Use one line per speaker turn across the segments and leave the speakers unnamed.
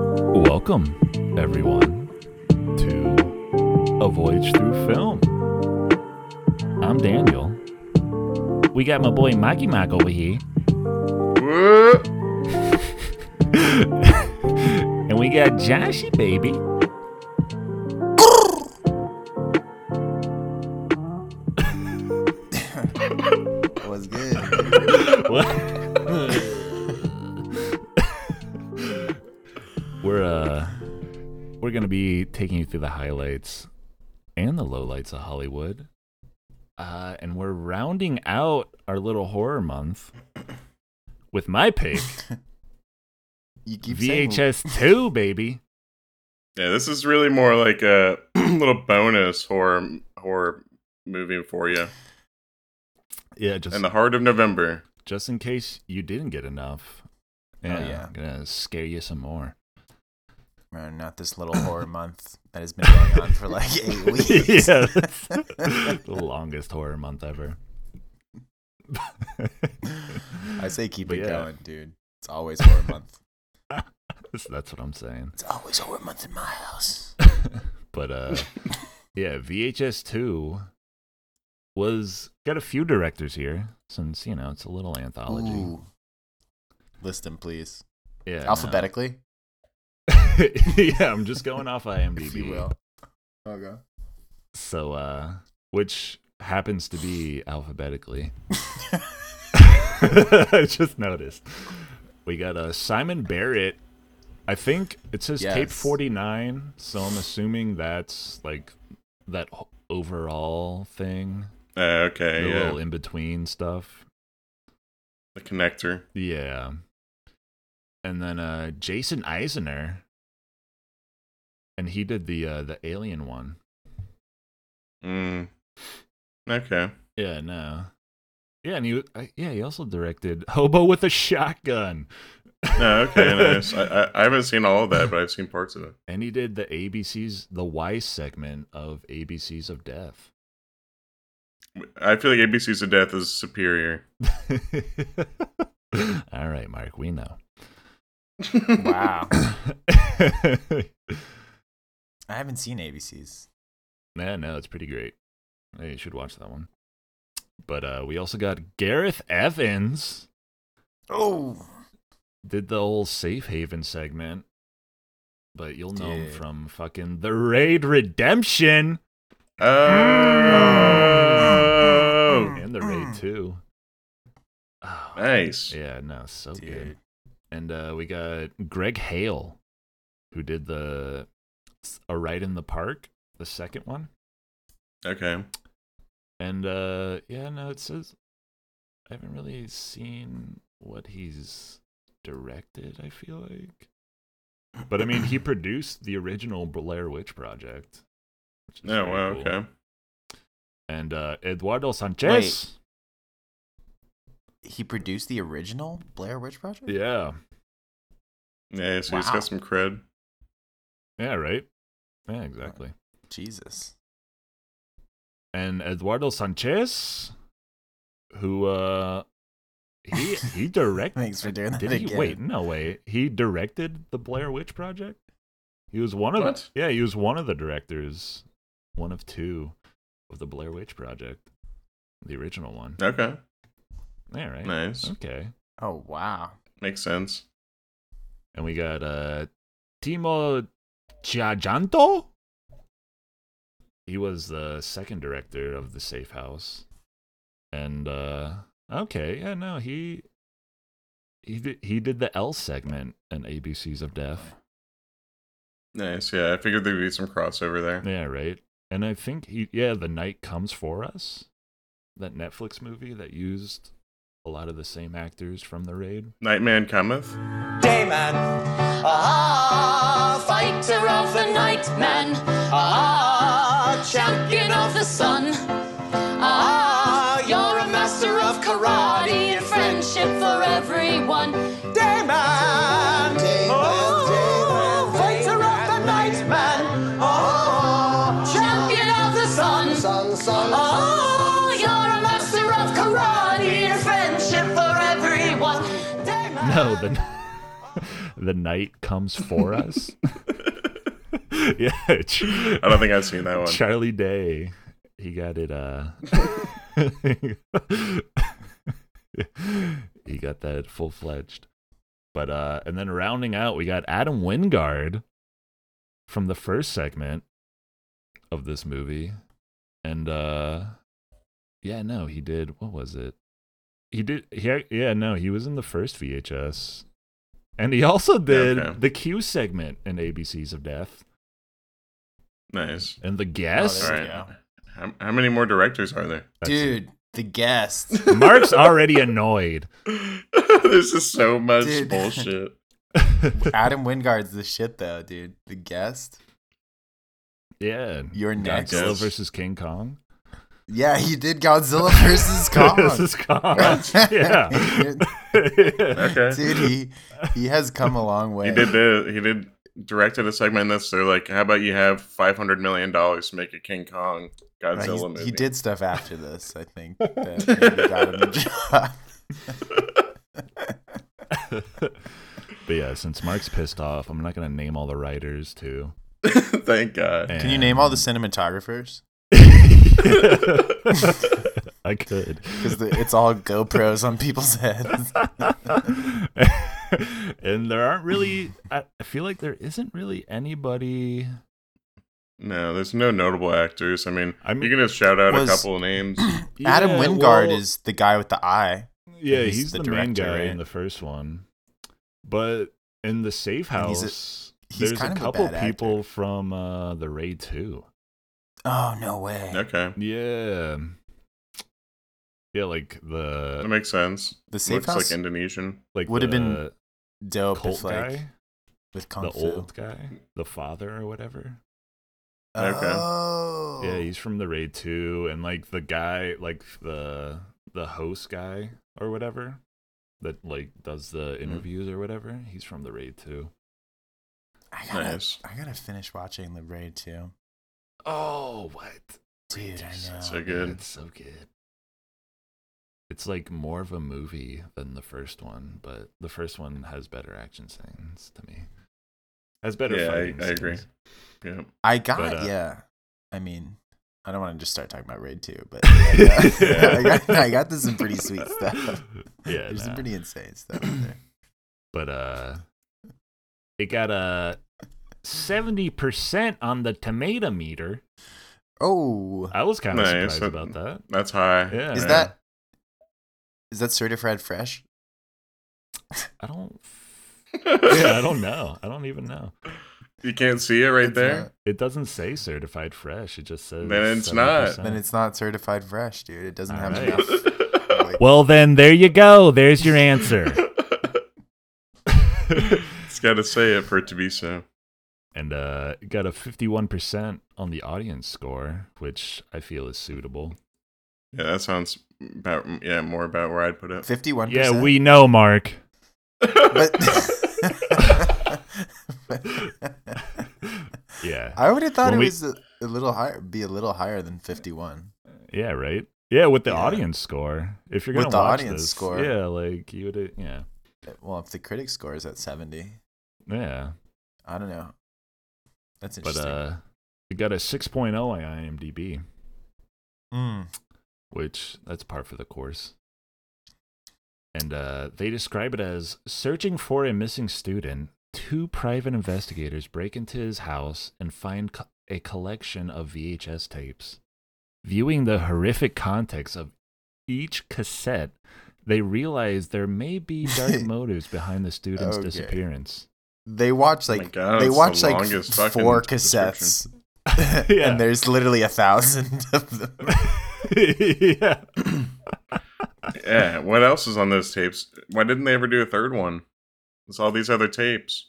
Welcome, everyone, to A Voyage Through Film. I'm Daniel. We got my boy Mikey Mike over here. and we got Joshy, baby.
What's good?
We're uh we're gonna be taking you through the highlights and the lowlights of Hollywood. Uh, and we're rounding out our little horror month with my pick,
You keep saying
VHS two, baby.
Yeah, this is really more like a little bonus horror horror movie for you.
Yeah, just
In the heart of November.
just in case you didn't get enough. Yeah,
Oh, yeah.
I'm gonna scare you some more.
"Uh, not this little horror month that has been going on for like eight weeks.
yeah, that's the longest horror month ever.
I say keep
But
it
yeah.
going, dude. It's always horror month.
That's what I'm saying.
It's always horror month in my house.
but uh yeah vhs 2 was got a few directors here since you know it's a little anthology
Ooh. List them, please.
yeah no.
Alphabetically,
yeah i'm just going off imdb
if you will. Okay.
so uh which happens to be alphabetically i just noticed we got uh simon barrett i think it says tape
Yes.
49 so i'm assuming that's like that h- overall thing
Uh,
the
okay, yeah.
little in between stuff
The connector.
Yeah. And then uh Jason Eisner. And he did the uh the alien one.
Mm. Okay.
Yeah, no. Yeah, and he wa- I, yeah, he also directed Hobo with a Shotgun.
No, Oh, okay, nice. I, I, I haven't seen all of that, but I've seen parts of it.
And he did the ABC's the Y segment of ABC's of Death.
I feel like ABC's of Death is superior.
All right, Mark, we know.
Wow.
yeah,
I haven't seen ABCs.
no, it's pretty great. Yeah, You should watch that one. But uh we also got Gareth Evans.
Oh,
did the whole safe haven segment, but you'll know him
Dude.
from fucking the Raid Redemption
Oh,
and the Raid Two. Oh,
nice.
Yeah, no, so good.
dude.
And uh, we got Greg Hale, who did the A Ride in the Park, the second one.
Okay.
And uh, yeah, no, it says I haven't really seen what he's directed. I feel like. But I mean, he produced the original Blair Witch Project. which is
Oh,
pretty
wow,
cool.
okay.
And uh, Eduardo Sanchez.
He produced the original Blair Witch Project?
Yeah.
Yeah, so he's
Wow.
got some cred.
Yeah, right? Yeah, exactly.
Jesus.
And Eduardo Sanchez, who, uh, he, he directed.
Thanks for doing that
Did
again.
he? Wait, no way. He directed the Blair Witch Project? He was one of
What?
the. Yeah, he was one of the directors, one of two of the Blair Witch Project, the original one.
Okay,
Yeah, right?
nice.
Okay.
Oh, wow.
Makes sense.
And we got uh Timo Giajanto. He was the second director of the Safe House. And uh okay, yeah, no, he he did, he did the L segment in ABCs of Death.
Nice. Yeah, I figured there'd be some crossover there.
Yeah, right. And I think he yeah, The Night Comes For Us, that Netflix movie that used a lot of the same actors from the raid.
Nightman cometh.
Dayman. Ah, fighter of the night man. Ah, champion of the sun. Ah, you're a man. karate and friendship for everyone. Dayman! Oh, fighter of the night, man. Oh, champion of the sun.
Sun, sun,
Oh, you're a master of karate and friendship for everyone. Dayman!
No, the the night comes for us. yeah, Ch-
I don't think I've seen that one.
Charlie Day, he got it. Uh, he got that full fledged. But uh, and then rounding out, we got Adam Wingard from the first segment of this movie, and uh, yeah, no, he did. What was it? He did. Yeah, yeah, no, he was in the first VHS, and he also did
okay.
the Q segment in ABCs of Death
Nice.
and the
Oh,
guest.
All
there
right.
we go.
How, how many more directors are there?
That's it.
Dude, the guest.
Mark's already annoyed.
this is so much
Dude.
bullshit.
Adam Wingard's the shit though, dude. The guest.
Yeah.
You're next.
Godzilla
Yes.
versus King Kong.
Yeah, he did Godzilla versus
this
Kong.
is Kong. yeah.
Okay.
dude, he he has come a long way.
He did the he did directed a segment in this. They're like, how about you have five hundred million dollars to make a King Kong
Right,
Godzilla
he's-
movie?
he did stuff after this, I think. That maybe got him a job.
But yeah, since Mark's pissed off, I'm not gonna name all the writers too.
Thank God.
Can you name all the cinematographers?
I could.
Because it's all GoPros on people's heads.
and there aren't really. I I feel like there isn't really anybody.
No, there's no notable actors. I mean,
I mean-
you can just shout out
Was-
a couple of names.
Adam
Yeah,
Wingard
well-
is the guy with the eye.
Yeah,
He's
he's,
the
the, main
director,
guy
right?
in the first one. But in the safe
And he's a-
house,
he's
there's
kind
a
of a
couple
bad actor.
people from uh, the raid too.
Oh no way!
Okay,
Yeah, yeah, like the
that makes sense.
The safe
Looks
house
like Indonesian.
like
would've
the
been dope
cult
if like
guy,
with kung
the
fu.
old guy, the father or whatever.
Okay.
Oh,
Yeah, he's from the raid too, and like the guy, like the the host guy or whatever that like does
Hmm.
the interviews or whatever. He's from the raid too.
I gotta,
Nice.
I gotta finish watching the raid too.
Oh, what?
Dude, I
Dude,
know.
so
man,
good.
It's so good. It's like more of a movie than the first one, but the first one has better action scenes to me. Has better
Yeah, I-
fighting
I agree.
scenes.
Yeah.
I got
But, uh,
yeah. I mean, I don't want to just start talking about raid two, but I got, I got, I got this some pretty sweet stuff.
Yeah,
there's some
nah.
pretty insane stuff in there.
but uh it got a 70% on the tomato meter.
Oh,
I was kind of
Nice,
surprised
that-
about that.
That's high.
Yeah.
is
yeah.
that is that certified fresh?
I don't yeah, I don't know. I don't even know.
You can't see it right
It's
there.
It doesn't say certified fresh. It just says
Then it's not.
70%.
not- then it's not certified fresh, dude. It doesn't have
Alright.
enough. like-
Well, then there you go. There's your answer.
it's got to say it for it to be so.
and uh, it got a 51% on the audience score, which I feel is suitable.
Yeah, that sounds about yeah more about where I'd put it.
51%.
Yeah, we know, Mark.
But
Yeah.
I would have thought
When
it
we-
was a, a little higher, be a little higher than 51.
yeah, right? Yeah, with the
Yeah.
audience score. If you're
With
going to
the
watch
audience
this,
score.
Yeah, like you would, yeah.
Well, if the critic score is at 70,
Yeah.
I don't know. That's
But
interesting.
uh, it got a 6.0 on IMDb,
Mm.
which that's par for the course. And uh, they describe it as searching for a missing student. Two private investigators break into his house and find co- a collection of VHS tapes. Viewing the horrific context of each cassette, they realize there may be dark motives behind the student's
Okay.
disappearance.
They watch
Oh my
like
God,
they
it's the
watch like
longest
f-
fucking
four cassettes,
description.
Yeah.
and there's literally a thousand of them.
yeah.
Yeah, what else is on those tapes? Why didn't they ever do a third one? It's all these other tapes.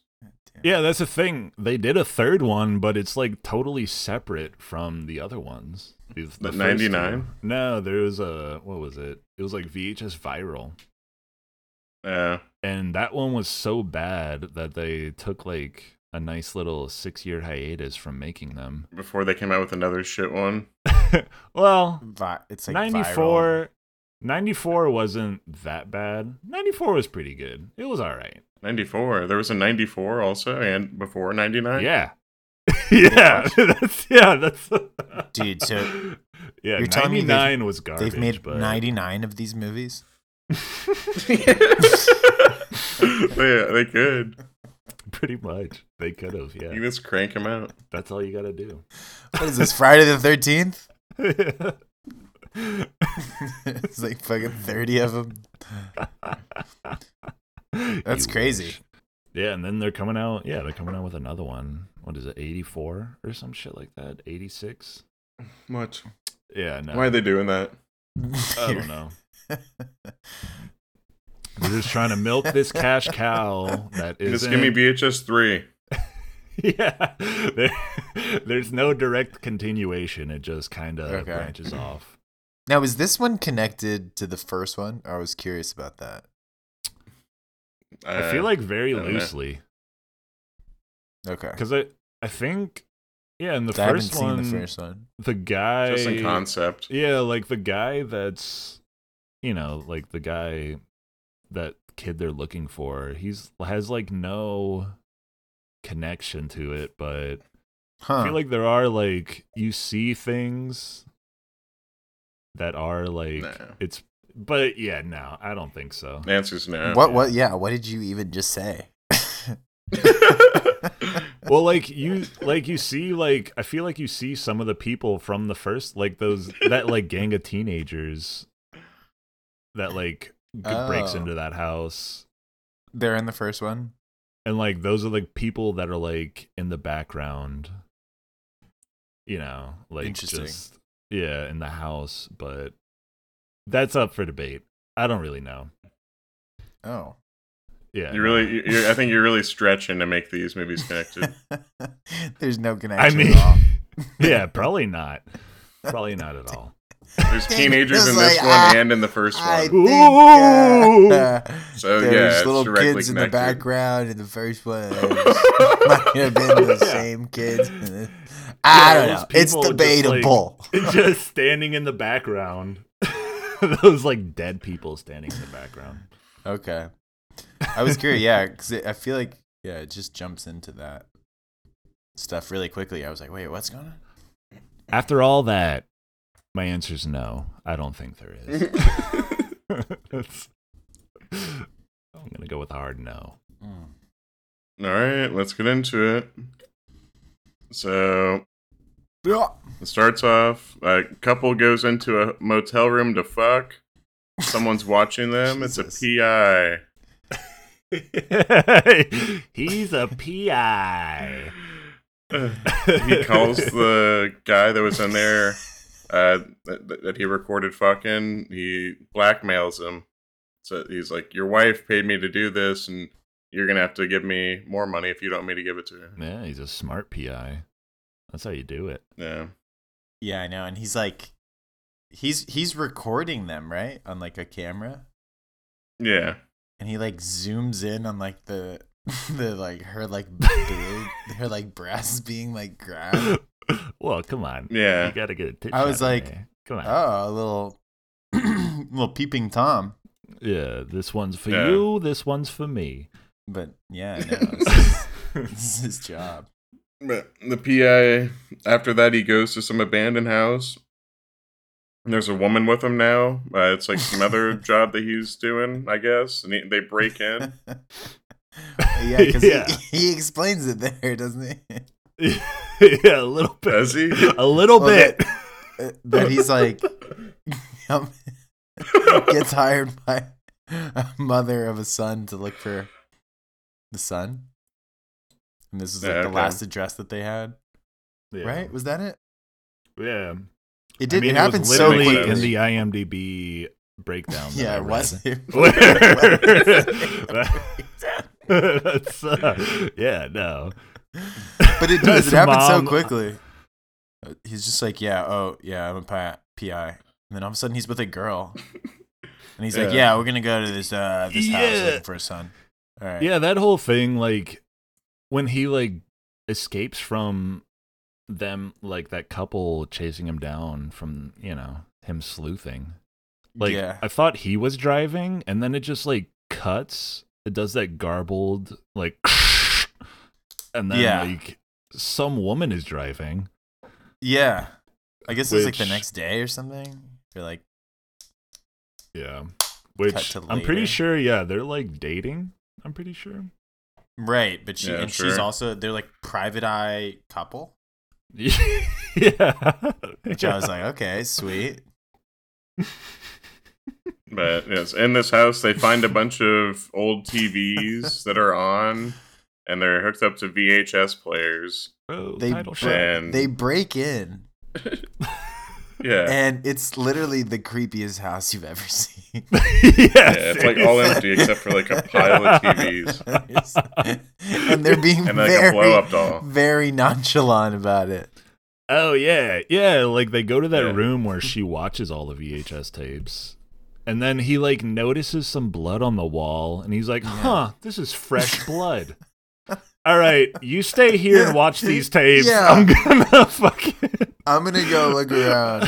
Yeah, that's the thing. They did a third one, but it's like totally separate from the other ones. The- the first
99?
two. No, there was a what was it? It was like VHS viral.
Yeah.
And that one was so bad that they took like a nice little 6-year hiatus from making them.
Before they came out with another shit one.
Well,
Vi- it's like
94 94 wasn't that bad. 94 was pretty good. It was all right.
94. There was a 94 also, and before 99.
Yeah. yeah. That's yeah, that's
viral. dude. So
yeah,
You're telling me they've-
99 was garbage.
they've made
but
99 of these movies.
they, they could.
pretty much they could have.
You
Yeah,
just crank them out.
that's all you got to do.
What is this Friday the 13th? it's like fucking 30 of them. That's
You
crazy.
wish. Yeah, and then they're coming out. Yeah, they're coming out with another one. What is it? 84 or some shit like that? 86?
Much.
Yeah, no.
Why are they doing that?
I don't know. They're just trying to milk this cash cow that is
Just give me VHS 3.
yeah there, there's no direct continuation it just kind of
Okay.
branches off
Now, is this one connected to the first one? I was curious about that.
Uh,
i feel like very
I don't know.
loosely
Okay.
because i i think yeah in the
I haven't
first
seen
one
the first one.
the guy
just in concept.
yeah like the guy that's you know like the guy that kid they're looking for he's has like no connection to it but I
Huh.
feel like there are like you see things that are like
No.
it's but yeah, no, I don't think so.
The answer's no.
what? What? Yeah. What did you even just say?
Well, like you like you see like I feel like you see some of the people from the first like those that like gang of teenagers that like g- breaks
Oh.
into that house
They're in the first one.
and like those are the people that are like in the background you know like
Interesting.
just yeah in the house but that's up for debate i don't really know
Oh.
yeah
You really, you- you're, I think you're really stretching to make these movies connected.
There's no
i
connection.
mean
at all.
yeah probably not probably not at all
There's teenagers in
It's
this
like,
one
ah,
and in the first
I think
one.
Ooh.
uh,
So, yeah,
there's
it's
little
directly
kids in the
connected.
background in the first one. Might have been the same kids.
Yeah,
I don't
those
know. It's
people just, like-
debatable.
just standing in the background those like dead people standing in the background
Okay. I was curious, yeah, because I feel like yeah, it just jumps into that stuff really quickly. I was like, wait, what's going on?
after all that my answer's no i don't think there is That's- i'm gonna go with a hard no
All right, let's get into it. So,
Yeah.
It starts off a couple goes into a motel room to fuck. Someone's watching them. It's a
Jesus.
PI.
he's a pi
He calls the guy that was in there uh, that, that he recorded fucking. He blackmails him. So he's like, "Your wife paid me to do this, and you're gonna have to give me more money if you don't want me to give it to her."
yeah he's a smart pi that's how you do it
Yeah.
Yeah, I know. And he's like, he's he's recording them right on like a camera,
Yeah.
and he like zooms in on like the the like her like boob, her like breasts being like grabbed.
well come on
Yeah.
you gotta get a tit
I
shot
was
in
like,
there. come on
Oh, a little little peeping tom.
yeah this one's for
Yeah.
you this one's for me
But yeah, I know. This is- this is his job.
But the PI, after that, he goes to some abandoned house. And there's a woman with him now. Uh, it's like some other job that he's doing, I guess. And he, they break in.
yeah, because
Yeah.
he, he explains it there, doesn't he?
yeah a little bit
Does he?
a little
Well,
bit
Uh, That he's like um, gets hired by a mother of a son to look for the son, and this is like
Yeah,
the
okay.
last address that they had.
Yeah.
Right? Was that it?
yeah
It
I
did.
mean,
it happened
was
so
literally
quick.
quickly.
in the IMDb breakdown. that
yeah,
I
it was.
read.
It was.
That's, uh, yeah, no.
But it does.
His
it happened so
mom-
quickly. Uh, He's just like, yeah, oh, yeah, I'm a pi. PI. And then all of a sudden he's with a girl. And he's like,
Yeah.
yeah, we're going to go to this uh, this house
Yeah.
looking for a son. All right.
Yeah, that whole thing, like when he like escapes from them, like that couple chasing him down from you know him sleuthing. Like
Yeah.
I thought he was driving, and then it just like cuts. It does that garbled like, and then
Yeah.
like some woman is driving.
Yeah. I guess it's like the
Which-
next day or something. You're like,
Yeah, which
to
I'm pretty
later.
sure. Yeah, they're like dating. I'm pretty sure.
right. But she,
Yeah,
and she's
sure.
also, they're like private eye couple.
yeah.
Which I was like, okay, sweet.
But yes, in this house, they find a bunch of old TVs that are on, and they're hooked up to VHS players.
Oh,
They-
title shot.
And
They break in,
yeah,
and it's literally the creepiest house you've ever seen.
yeah,
yeah, it's like all empty except for like a pile of TVs.
and they're being
And, like, a
very,
blow-up doll.
very nonchalant about it.
Oh yeah, yeah. Like they go to that
Yeah.
room where she watches all the VHS tapes, and then he like notices some blood on the wall, and he's like, "Huh, this is fresh blood." all right, you stay here and watch these tapes.
Yeah.
I'm gonna fucking
I'm gonna go look around.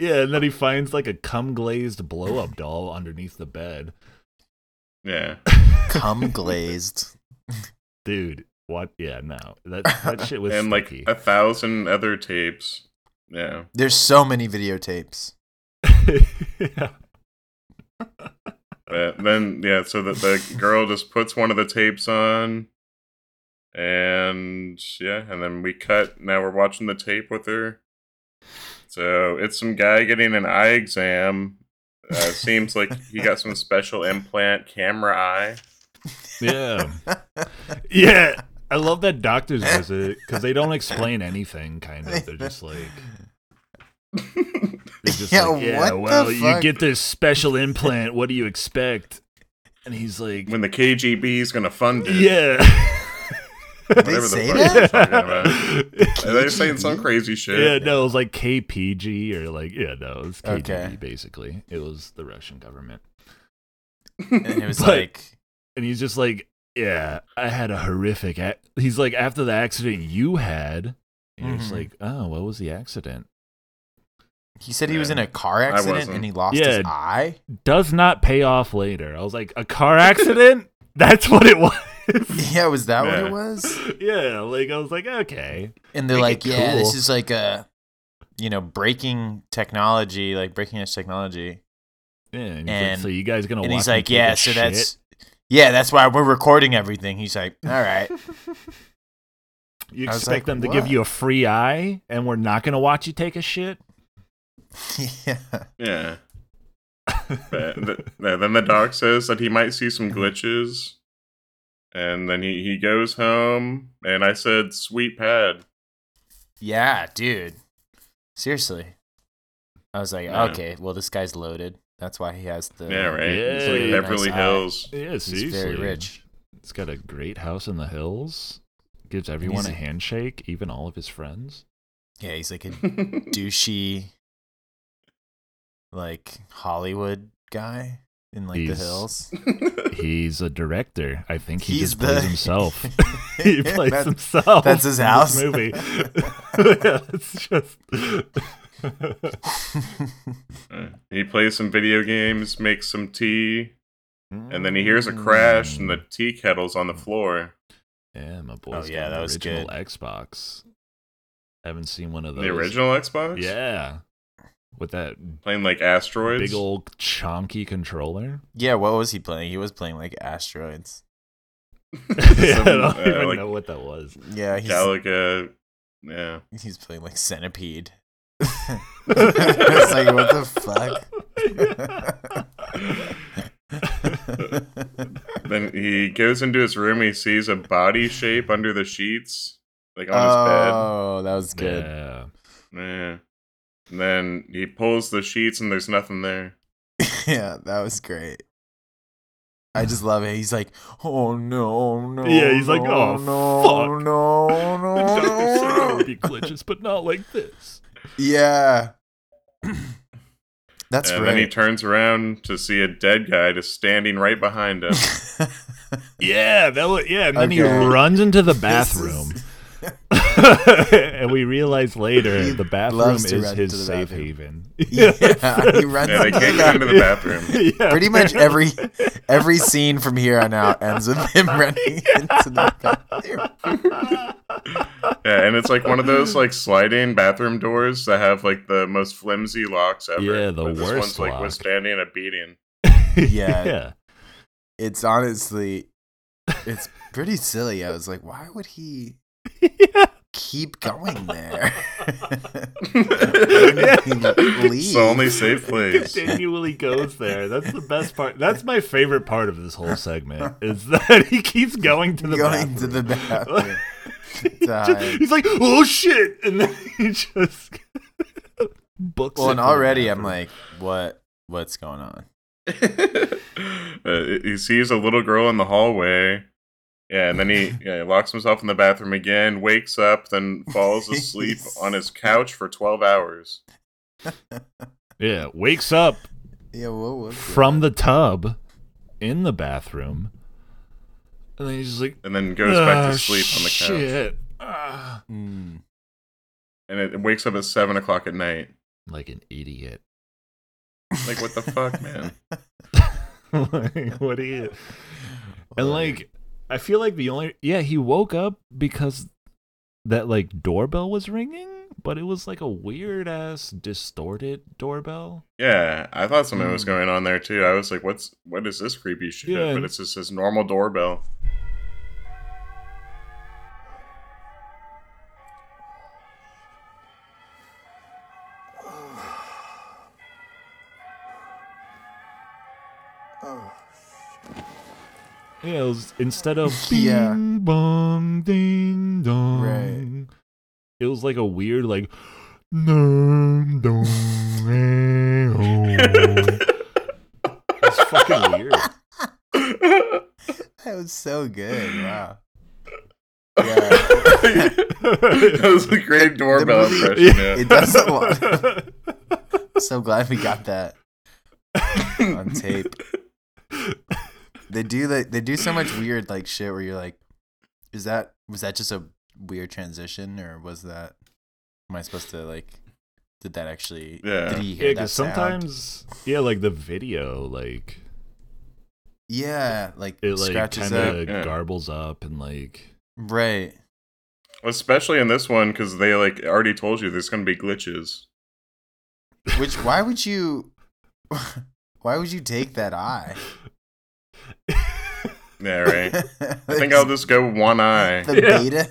yeah. And then he finds like a cum glazed blow up doll underneath the bed.
Yeah,
Cum glazed.
Dude, what? Yeah, no, that that shit was
and like
sticky.
a thousand other tapes. Yeah,
There's so many videotapes.
yeah.
but then yeah, so that the girl just puts one of the tapes on, and yeah, and then we cut. Now we're watching the tape with her. So it's some guy getting an eye exam. Uh, seems like he got some special implant camera eye.
Yeah. yeah. I love that doctor's visit because they don't explain anything, kind of. They're just like, they're just
Yeah,
like, yeah
what the
well, you
fuck?"
get this special implant. What do you expect? And he's like,
When the KGB is gonna fund it.
yeah.
They
Whatever the
say
fuck
that?
they're talking about. They're saying some crazy
yeah,
shit.
no, it was like KPG or like, yeah, no, it was KGB
Okay.
basically. It was the Russian government.
And it was
But-
like,
and he's just like, "Yeah, I had a horrific." Ac-. He's like, after the accident you had, and you're just
Mhm.
like, "Oh, what was the accident?"
he said he was in a car accident
wasn't.
and he lost his
Yeah.
eye.
Does not pay off later. I was like, "A car accident? That's what it was."
Yeah, was that what
Yeah.
it was?
yeah, like I was like, "Okay,
And they're
Make
like,
it
yeah, this
cool."
is like a, you know, breaking technology, like breaking edge technology.
yeah." And he's like,
And-
so you guys gonna?
and
watch
he's
me
like,
take a
yeah, so
shit?"
that's yeah, that's why we're recording everything. He's like, all right,
you
I was
expect
like,
them to give
"What?"
you a free eye, and we're not gonna watch you take a shit.
yeah,
Yeah. But th- th- then the doc says that he might see some glitches. And then he, he goes home, and I said, sweet pad.
yeah, dude. Seriously, I was like,
Yeah.
okay, well, this guy's loaded. That's why he has the
Yeah, right? It's
Yeah,
like
yeah.
Beverly
Nice eye.
Hills.
Yeah,
He's
seriously,
very rich.
It's got a great house in the hills. Gives everyone a handshake, even all of his friends.
Yeah, he's like a douchey, like Hollywood guy in like
He's-
the hills.
He's a director. I think he
He's
just plays
the-
himself. he plays
That's-
himself.
that's his
in this
house.
movie. yeah, it's just.
Uh, he plays some video games, makes some tea, and then he hears a crash, and the tea kettle's on the floor.
Mm, Yeah, my boy.
Oh, yeah, that was
original
good.
Xbox. Haven't seen one of those.
The original Xbox?
Yeah, with that
Playing like asteroids?
big old chonky controller.
yeah, what was he playing? He was playing like asteroids.
yeah, I
Some,
don't
uh,
even
like-
know what that was.
Yeah, he's
Galaga. Yeah.
he's playing like centipede. it's like what the fuck.
Then he goes into his room. He sees a body shape under the sheets, like on
oh, that was good.
Yeah.
his bed. Yeah. And then he pulls the sheets, and there's nothing there.
Yeah. that was great. I just love it. He's like, oh no, no.
Yeah, he's like,
no,
"Oh,
no,
fuck."
no,
The doctor said there
no,
would
no.
be glitches, but not like this.
Yeah, that's
and
right.
then he turns around to see a dead guy just standing right behind him.
Yeah, that was, yeah, and then he
Okay.
runs into the
This is-
bathroom. and we realize later the bathroom
loves
is
to run to
his
the
safe
bathroom.
haven.
yeah, he runs.
Yeah, they
into
can't
the
get into the bathroom.
yeah.
Pretty much every every scene from here on out ends with him running into the bathroom.
Yeah, and it's like one of those like sliding bathroom doors that have like the most flimsy locks ever.
Yeah, the
But this
worst
one's like
lock.
withstanding a beating.
Yeah.
yeah.
It's honestly, it's pretty silly. I was like, why would he keep going there?
it's the only safe place.
Continually goes there. That's the best part. That's my favorite part of this whole segment is that he keeps going to the
going to
bathroom.
the bathroom.
He just-
hide.
he's like, oh shit, and then he just books.
well,
it
and
for the
already I'm
bathroom.
like, what? What's going on?
uh, he sees a little girl in the hallway. Yeah, and then he, yeah, he locks himself in the bathroom again, wakes up, then falls asleep on his couch for 12 hours.
yeah, wakes up
Yeah, what was
from the tub in the bathroom, and then he's just like
And then goes back
"Ah,
to sleep on the couch.
Shit. Ah."
it? Mm.
And it, it wakes up at 7 o'clock at night.
like an idiot.
Like, what the fuck, man?
like what idiot? And like, I feel like the only yeah he woke up because that like doorbell was ringing, but it was like a weird ass distorted doorbell.
Yeah, I thought something was going on there too. I was like, "What's what is this creepy shit?"
Hmm. Yeah, and-
But it's just his normal doorbell.
Yeah, it was instead of bing
Yeah.
bong ding dong.
Right.
It was like a weird like dum dong. eh, oh. It's fucking weird.
that was so good. Wow. Yeah,
that was a great doorbell
movie-
impression. Yeah.
it does a lot. so glad we got that on tape. They do like they do so much weird like shit where you're like, is that was that just a weird transition or was that am I supposed to like did that actually
Yeah.
did he hear
Yeah,
that
because
sound?
sometimes, yeah, like the video, like
yeah like
it like
scratches
kind
up
of
yeah.
garbles up and like
right
Especially in this one because they like already told you there's gonna be glitches.
which why would you why would you take that eye
Yeah, right. I think I'll just go one eye.
the
Yeah.
beta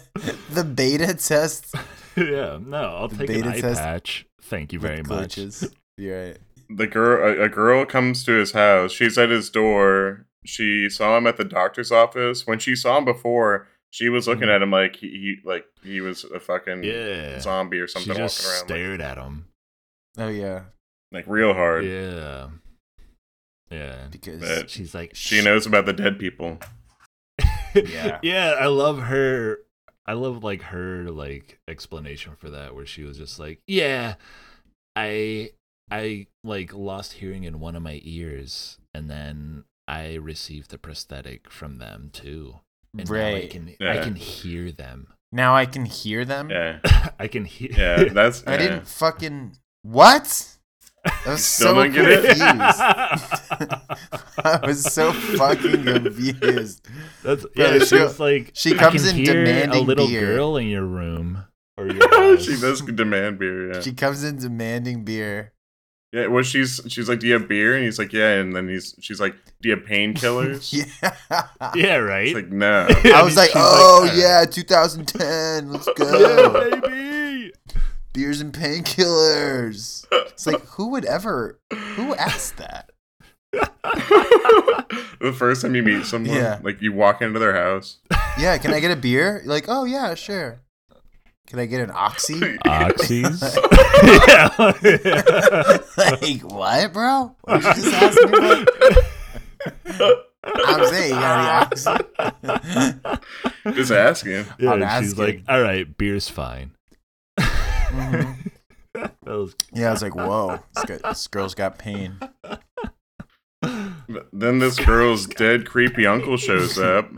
the beta test
yeah. No, I'll
The
take an
beta
eye
test
patch. Thank you very much.
glitches you're right
The girl, a, a girl comes to his house. She's at his door. She saw him at the doctor's office. When she saw him before, she was looking at him like he, he like he was a
Mm.
fucking
Yeah,
zombie or
she
something
just
walking around. like-
stared at him.
oh yeah
like real hard.
Yeah, yeah.
because
But-
She's like,
She knows about the dead people.
Yeah.
yeah. I love her. I love like her like explanation for that, where she was just like, yeah, I I like lost hearing in one of my ears, and then I received the prosthetic from them too. And now I
Right.
can I
Yeah.
can hear them.
Now I can hear them.
Yeah,
I can hear.
yeah, that's.
I
yeah.
didn't fucking what? I was
Still
so
don't get it?
confused. I was so fucking confused.
That's
Yeah,
yeah.
she-
She's like
she
"I
comes
can
in
hear a
demanding
little
beer."
girl in your room or your house.
she does demand beer. Yeah.
She comes in demanding beer.
yeah. Well, she's she's like, "Do you have beer?" And he's like, "Yeah." And then he's she's like, "Do you have painkillers?"
Yeah.
Yeah,
It's
right.
like, "No."
I was like,
She's
oh
"Alright."
yeah, 2010. Let's go.
Yeah, baby.
Beers and painkillers. It's like who would ever who asked that?
the first time you meet someone,
Yeah.
like you walk into their house.
Yeah, can I get a beer? Like, oh yeah, sure. Can I get an oxy?
Oxys. yeah.
like, what, bro? What did you just ask me about? I'm saying you gotta be honest.
Just asking.
Yeah,
I'm
and she's like,
asking.
all right, beer's fine.
Mhm.
That was
Yeah, I was like, whoa, this, guy, this girl's got pain.
But Then this girl's dead creepy uncle shows up.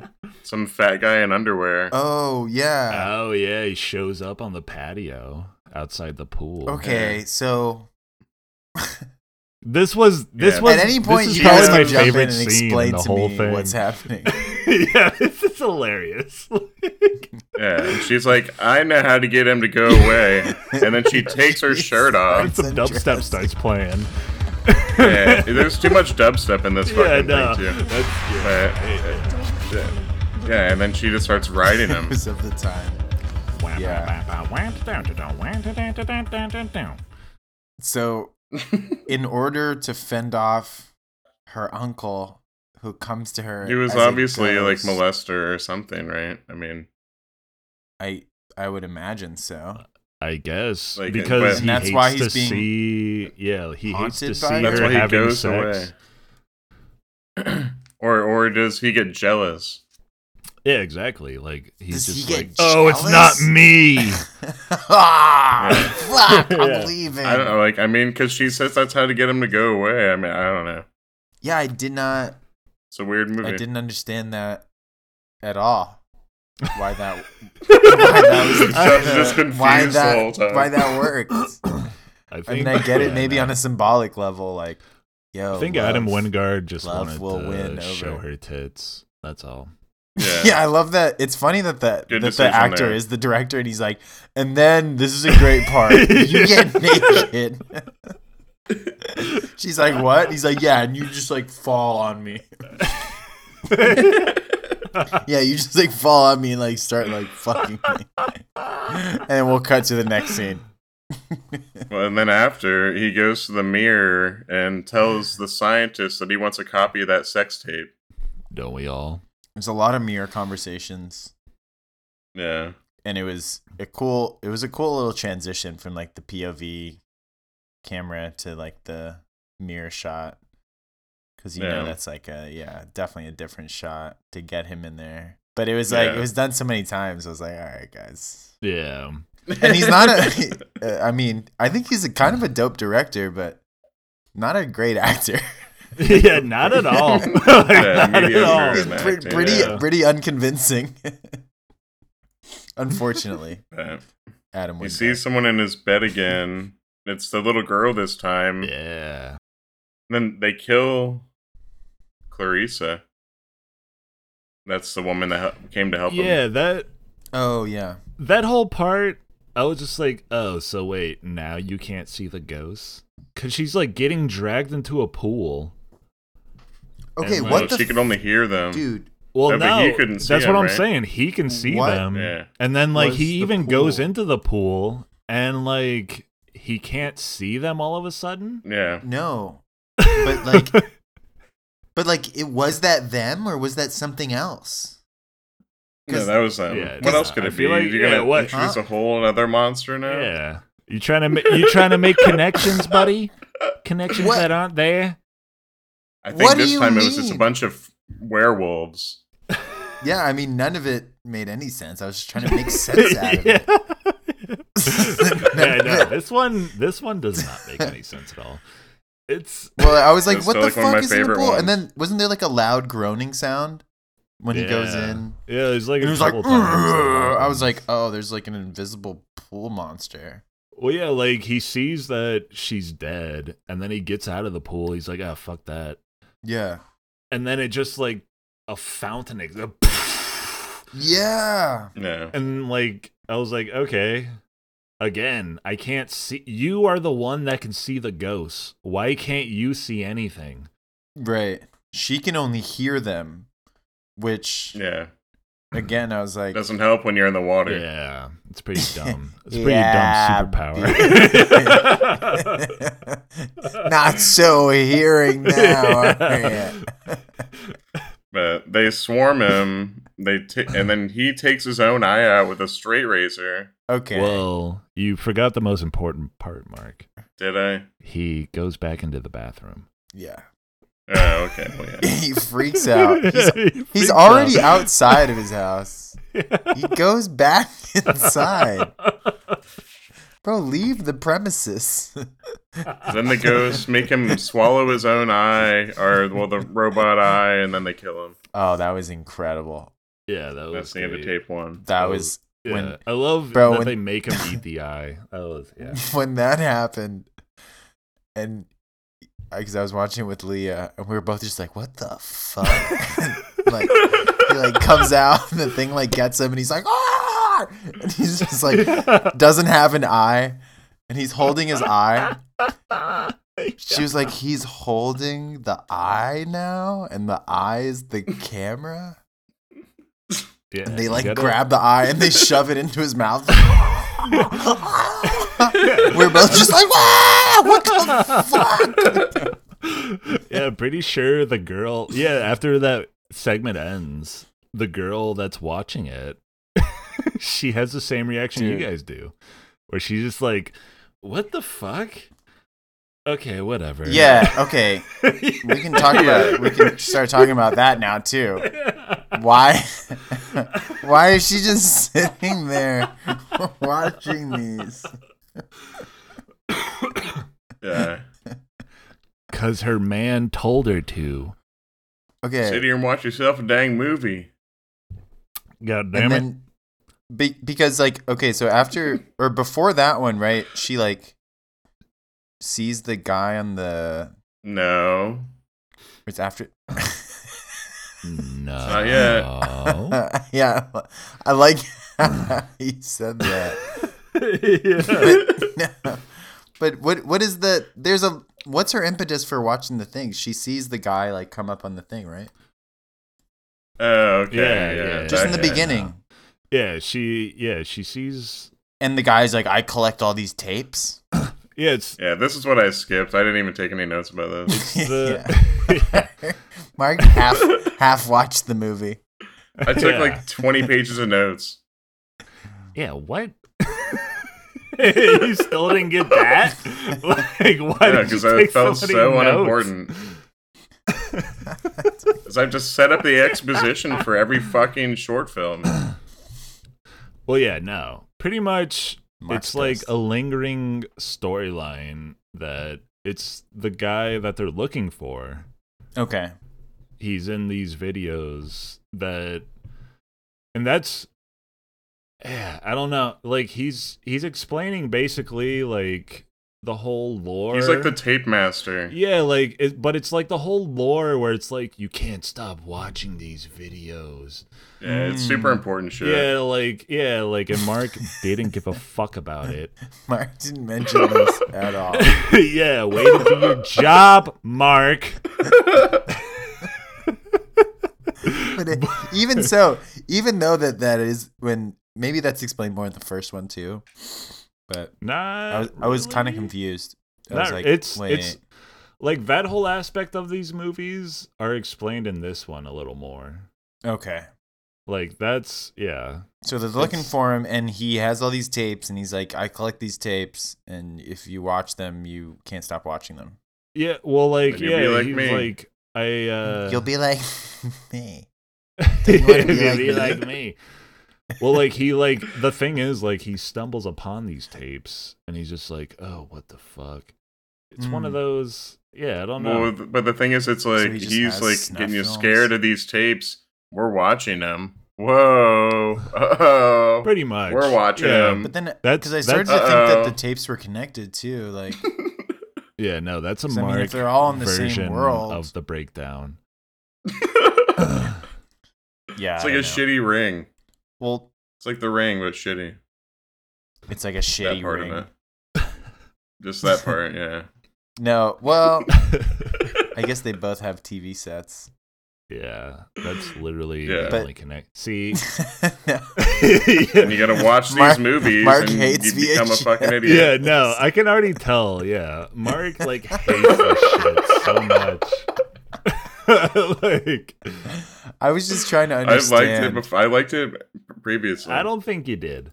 Some fat guy in underwear.
Oh yeah.
Oh yeah, he shows up on the patio outside the pool.
Okay, so
This was this
Yeah.
was
at any point
this is
you
probably
guys
was
my
can jump in
favorite
and
scene
explain
in the
to
whole
me
thing.
what's happening.
yeah, this is hilarious.
Yeah, and she's like, I know how to get him to go away. And then she takes her shirt off.
Some dubstep starts playing.
Yeah, there's too much dubstep in this
Yeah,
fucking
no,
thing too.
that's yeah.
But, yeah. yeah, and then she just starts riding him.
Because of the time.
Yeah.
So, in order to fend off her uncle who comes to her,
He was
as a
obviously like
ghost,
molester or something, right? I mean,
I I would imagine so.
I guess
Like, but-
because he
And
that's
hates
why
to
he's being
see. Yeah, he hates to
haunted
see
by it?
her
that's why he
having
goes
sex.
away. or or does he get jealous?
Yeah, exactly. Like he's
Does he
just
get
like, oh, it's not
jealous?"
me.
ah, fuck! I'm
Yeah.
leaving.
I don't know. Like, I mean, because she says that's how to get him to go away. I mean, I don't know.
Yeah, I did not.
It's a weird movie.
I didn't understand that at all. Why that? why that was,
I was just confused
why
the
that,
whole time.
Why that worked?
I, think,
I mean, I get
yeah,
it maybe
no.
on a symbolic level, like, yo.
I think
love.
Adam Wingard just
love
wanted
will
to
win
show
over-
her tits. That's all.
Yeah.
Yeah. I love that. It's funny that the,
Good
that the
decision
actor
there.
is the director, and he's like, and then this is a great part. you get naked. She's like, what? He's like, yeah, and you just like fall on me. yeah, you just like fall on me and like start like fucking me. and then we'll cut to the next scene.
Well, and then after he goes to the mirror and tells the scientist that he wants a copy of that sex tape.
Don't we all?
There's a lot of mirror conversations.
Yeah.
and it was a cool it was a cool little transition from like the POV camera to like the mirror shot cuz you
Yeah.
know that's like a yeah, definitely a different shot to get him in there. But it was like
Yeah.
it was done so many times. I was like, all right, guys.
Yeah.
And he's not a uh, I mean, I think he's a kind of a dope director, but not a great actor.
yeah, not at all. Like,
Yeah,
not at
mediocre.
all.
He's
an
pre-
actor,
pretty
yeah.
pretty unconvincing. Unfortunately,
Uh,
Adam
he
was
sees someone in his bed again. It's the little girl this time.
Yeah.
Then they kill Clarissa. That's the woman that hel- came to help
Yeah,
him.
that
Oh yeah.
that whole part I was just like, "Oh, so wait, now you can't see the ghost?" Cuz she's like getting dragged into a pool.
Okay,
And,
what
like,
the
she could only hear them.
dude?
Well,
Yeah,
no,
but he couldn't see
that's what
them,
I'm
right?
saying. He can see
What
them,
Yeah.
and then like
was
he
the
even goes
pool?
into the pool, and like he can't see them all of a sudden.
Yeah.
No, but like, but like, it was that them or was that something else?
No,
'Cause-
that was them.
Yeah,
what else
I
could it be?
feel like-
You're
yeah,
gonna
what-
introduce
Huh?
a whole other monster now?
Yeah, you trying to ma- you trying to make connections, buddy? Connections
What?
that aren't there.
I think
What do
this
you
time it was just a
mean?
bunch of werewolves.
Yeah, I mean, none of it made any sense. I was just trying to make sense out of
yeah.
it.
yeah, no, this one this one does not make any sense at all. It's
Well, I was like,
That's
what the
like one of
fuck
my
is in the
favorite
pool?
ones.
And then wasn't there like a loud groaning sound when he goes
yeah.
in?
Yeah, it's like
And
a
it was like,
couple times that
"Ugh." I
happens.
was like, oh, there's like an invisible pool monster.
Well, yeah, like he sees that she's dead, and then he gets out of the pool. He's like, "Ah, fuck that!"
Yeah.
And then it just like a fountain, ex-
Yeah.
No.
and like I was like, "Okay, again, I can't see. You are the one that can see the ghosts. Why can't you see anything?"
Right. She can only hear them, which
Yeah.
again, I was like,
Doesn't help when you're in the water.
Yeah, it's pretty dumb. It's a
Yeah,
pretty dumb superpower.
Not so hearing now.
Yeah.
But they swarm him. They t- and then he takes his own eye out with a straight razor.
Okay.
Well, you forgot the most important part, Mark.
Did I?
He goes back into the bathroom.
yeah.
Oh, okay. Well, yeah.
he freaks out. He's,
He freaks
he's already
out.
outside of his house. He goes back inside. Bro, leave the premises.
Then the ghosts make him swallow his own eye, or well, the robot eye, and then they kill him.
oh, that was incredible.
Yeah, that was
That's the end of
great.
tape one.
That
Oh,
was
Yeah.
when-
I love
Bro,
that
when-
they make him eat the eye. That was yeah.
when that happened, and because I was watching it with Leah, and we were both just like, "What the fuck?" like he like comes out, and the thing like gets him, and he's like, "Ah!" And he's just like doesn't have an eye, and he's holding his eye. She was like, "He's holding the eye now, and the eye is the camera."
Yeah,
And they
you
like
gotta-
grab the eye and they shove it into his mouth. We're both just like, "Wah! what the fuck?
yeah, I'm pretty sure the girl. Yeah, after that segment ends, the girl that's watching it, she has the same reaction
Dude.
you guys do, where she's just like, "What the fuck? Okay, whatever."
Yeah, okay. We can talk about we can start talking about that now too. Why why is she just sitting there watching these?
Yeah.
because her man told her to.
Sit
Okay.
here and watch yourself a dang movie.
God damn
And
it!
then be, because like okay, so after or before that one, right? She like sees the guy on the
No.
it's after
No.
Not yet.
yeah, I like he said that.
yeah.
but, but what what is the there's a what's her impetus for watching the thing? She sees the guy like come up on the thing, right?
Oh, okay.
Yeah,
Yeah,
yeah.
Just in the
Okay.
beginning.
Yeah, she yeah, she sees
And the guy's like, I collect all these tapes.
yeah, it's
Yeah, this is what I skipped. I didn't even take any notes about this.
the
Mark half half watched the movie.
I took
Yeah.
like 20 pages of notes.
Yeah, what? you still didn't get that? Like why
Yeah,
did you
because I
take
felt
so, many
so
notes?
unimportant. Because I've just set up the exposition for every fucking short film.
Well, yeah, no. Pretty much
Mark's
it's like
pissed.
a lingering storyline that it's the guy that they're looking for.
Okay.
he's in these videos that and that's yeah, I don't know. Like he's he's explaining basically like the whole lore.
He's like the tape master.
yeah, like it, but it's like the whole lore where it's like you can't stop watching these videos.
Yeah, it's super important shit.
Mm. Yeah, like yeah, like and Mark didn't give a fuck about it.
Mark didn't mention this at all.
yeah, way to do your job, Mark.
But it, even so, even though that that is when maybe that's explained more in the first one too. But
Nah,
I was, I was kind of
really?
confused. I
Not-
was like,
it's
wait.
it's like that whole aspect of these movies are explained in this one a little more.
okay.
Like that's yeah.
So they're looking
It's-
for him, and he has all these tapes, and he's like, "I collect these tapes, and if you watch them, you can't stop watching them.
Yeah, well like
And you'll
yeah,
be like
he's
me.
like I uh
You'll be like me."
you'll
wanna be like
be
me.
like me. Well like he like the thing is like he stumbles upon these tapes and he's just like, "Oh, what the fuck?" It's one of
Mm.
those yeah, I don't know.
Well, th- but the thing is, it's like
he just
he's
has
like
snuff
getting you
films.
scared of these tapes. We're watching them. Whoa. Oh.
Pretty much.
We're watching
yeah.
them.
But then,
That's-
because I
that's-
started to think that
Uh-oh.
the tapes were connected too, like
Yeah, no, that's a
'Cause, I
Mark
mean, if they're all in the same
version
world-
of the breakdown.
yeah,
It's
I
like a
don't know.
shitty ring.
Well,
It's like the ring, but shitty.
it's like a shitty
that part
ring.
of it. Just that part, yeah.
No, well, I guess they both have TV sets.
Yeah, that's literally
Yeah.
the
But-
only connect. See,
No.
And you gotta watch
Mark-
these movies
Mark
and
hates
you become a
VHS.
fucking
yeah,
idiot.
no, I can already tell. Yeah, Mark like hates this shit so much. like,
I was just trying to
I've liked it
understand.
before. I liked it previously.
I don't think you did.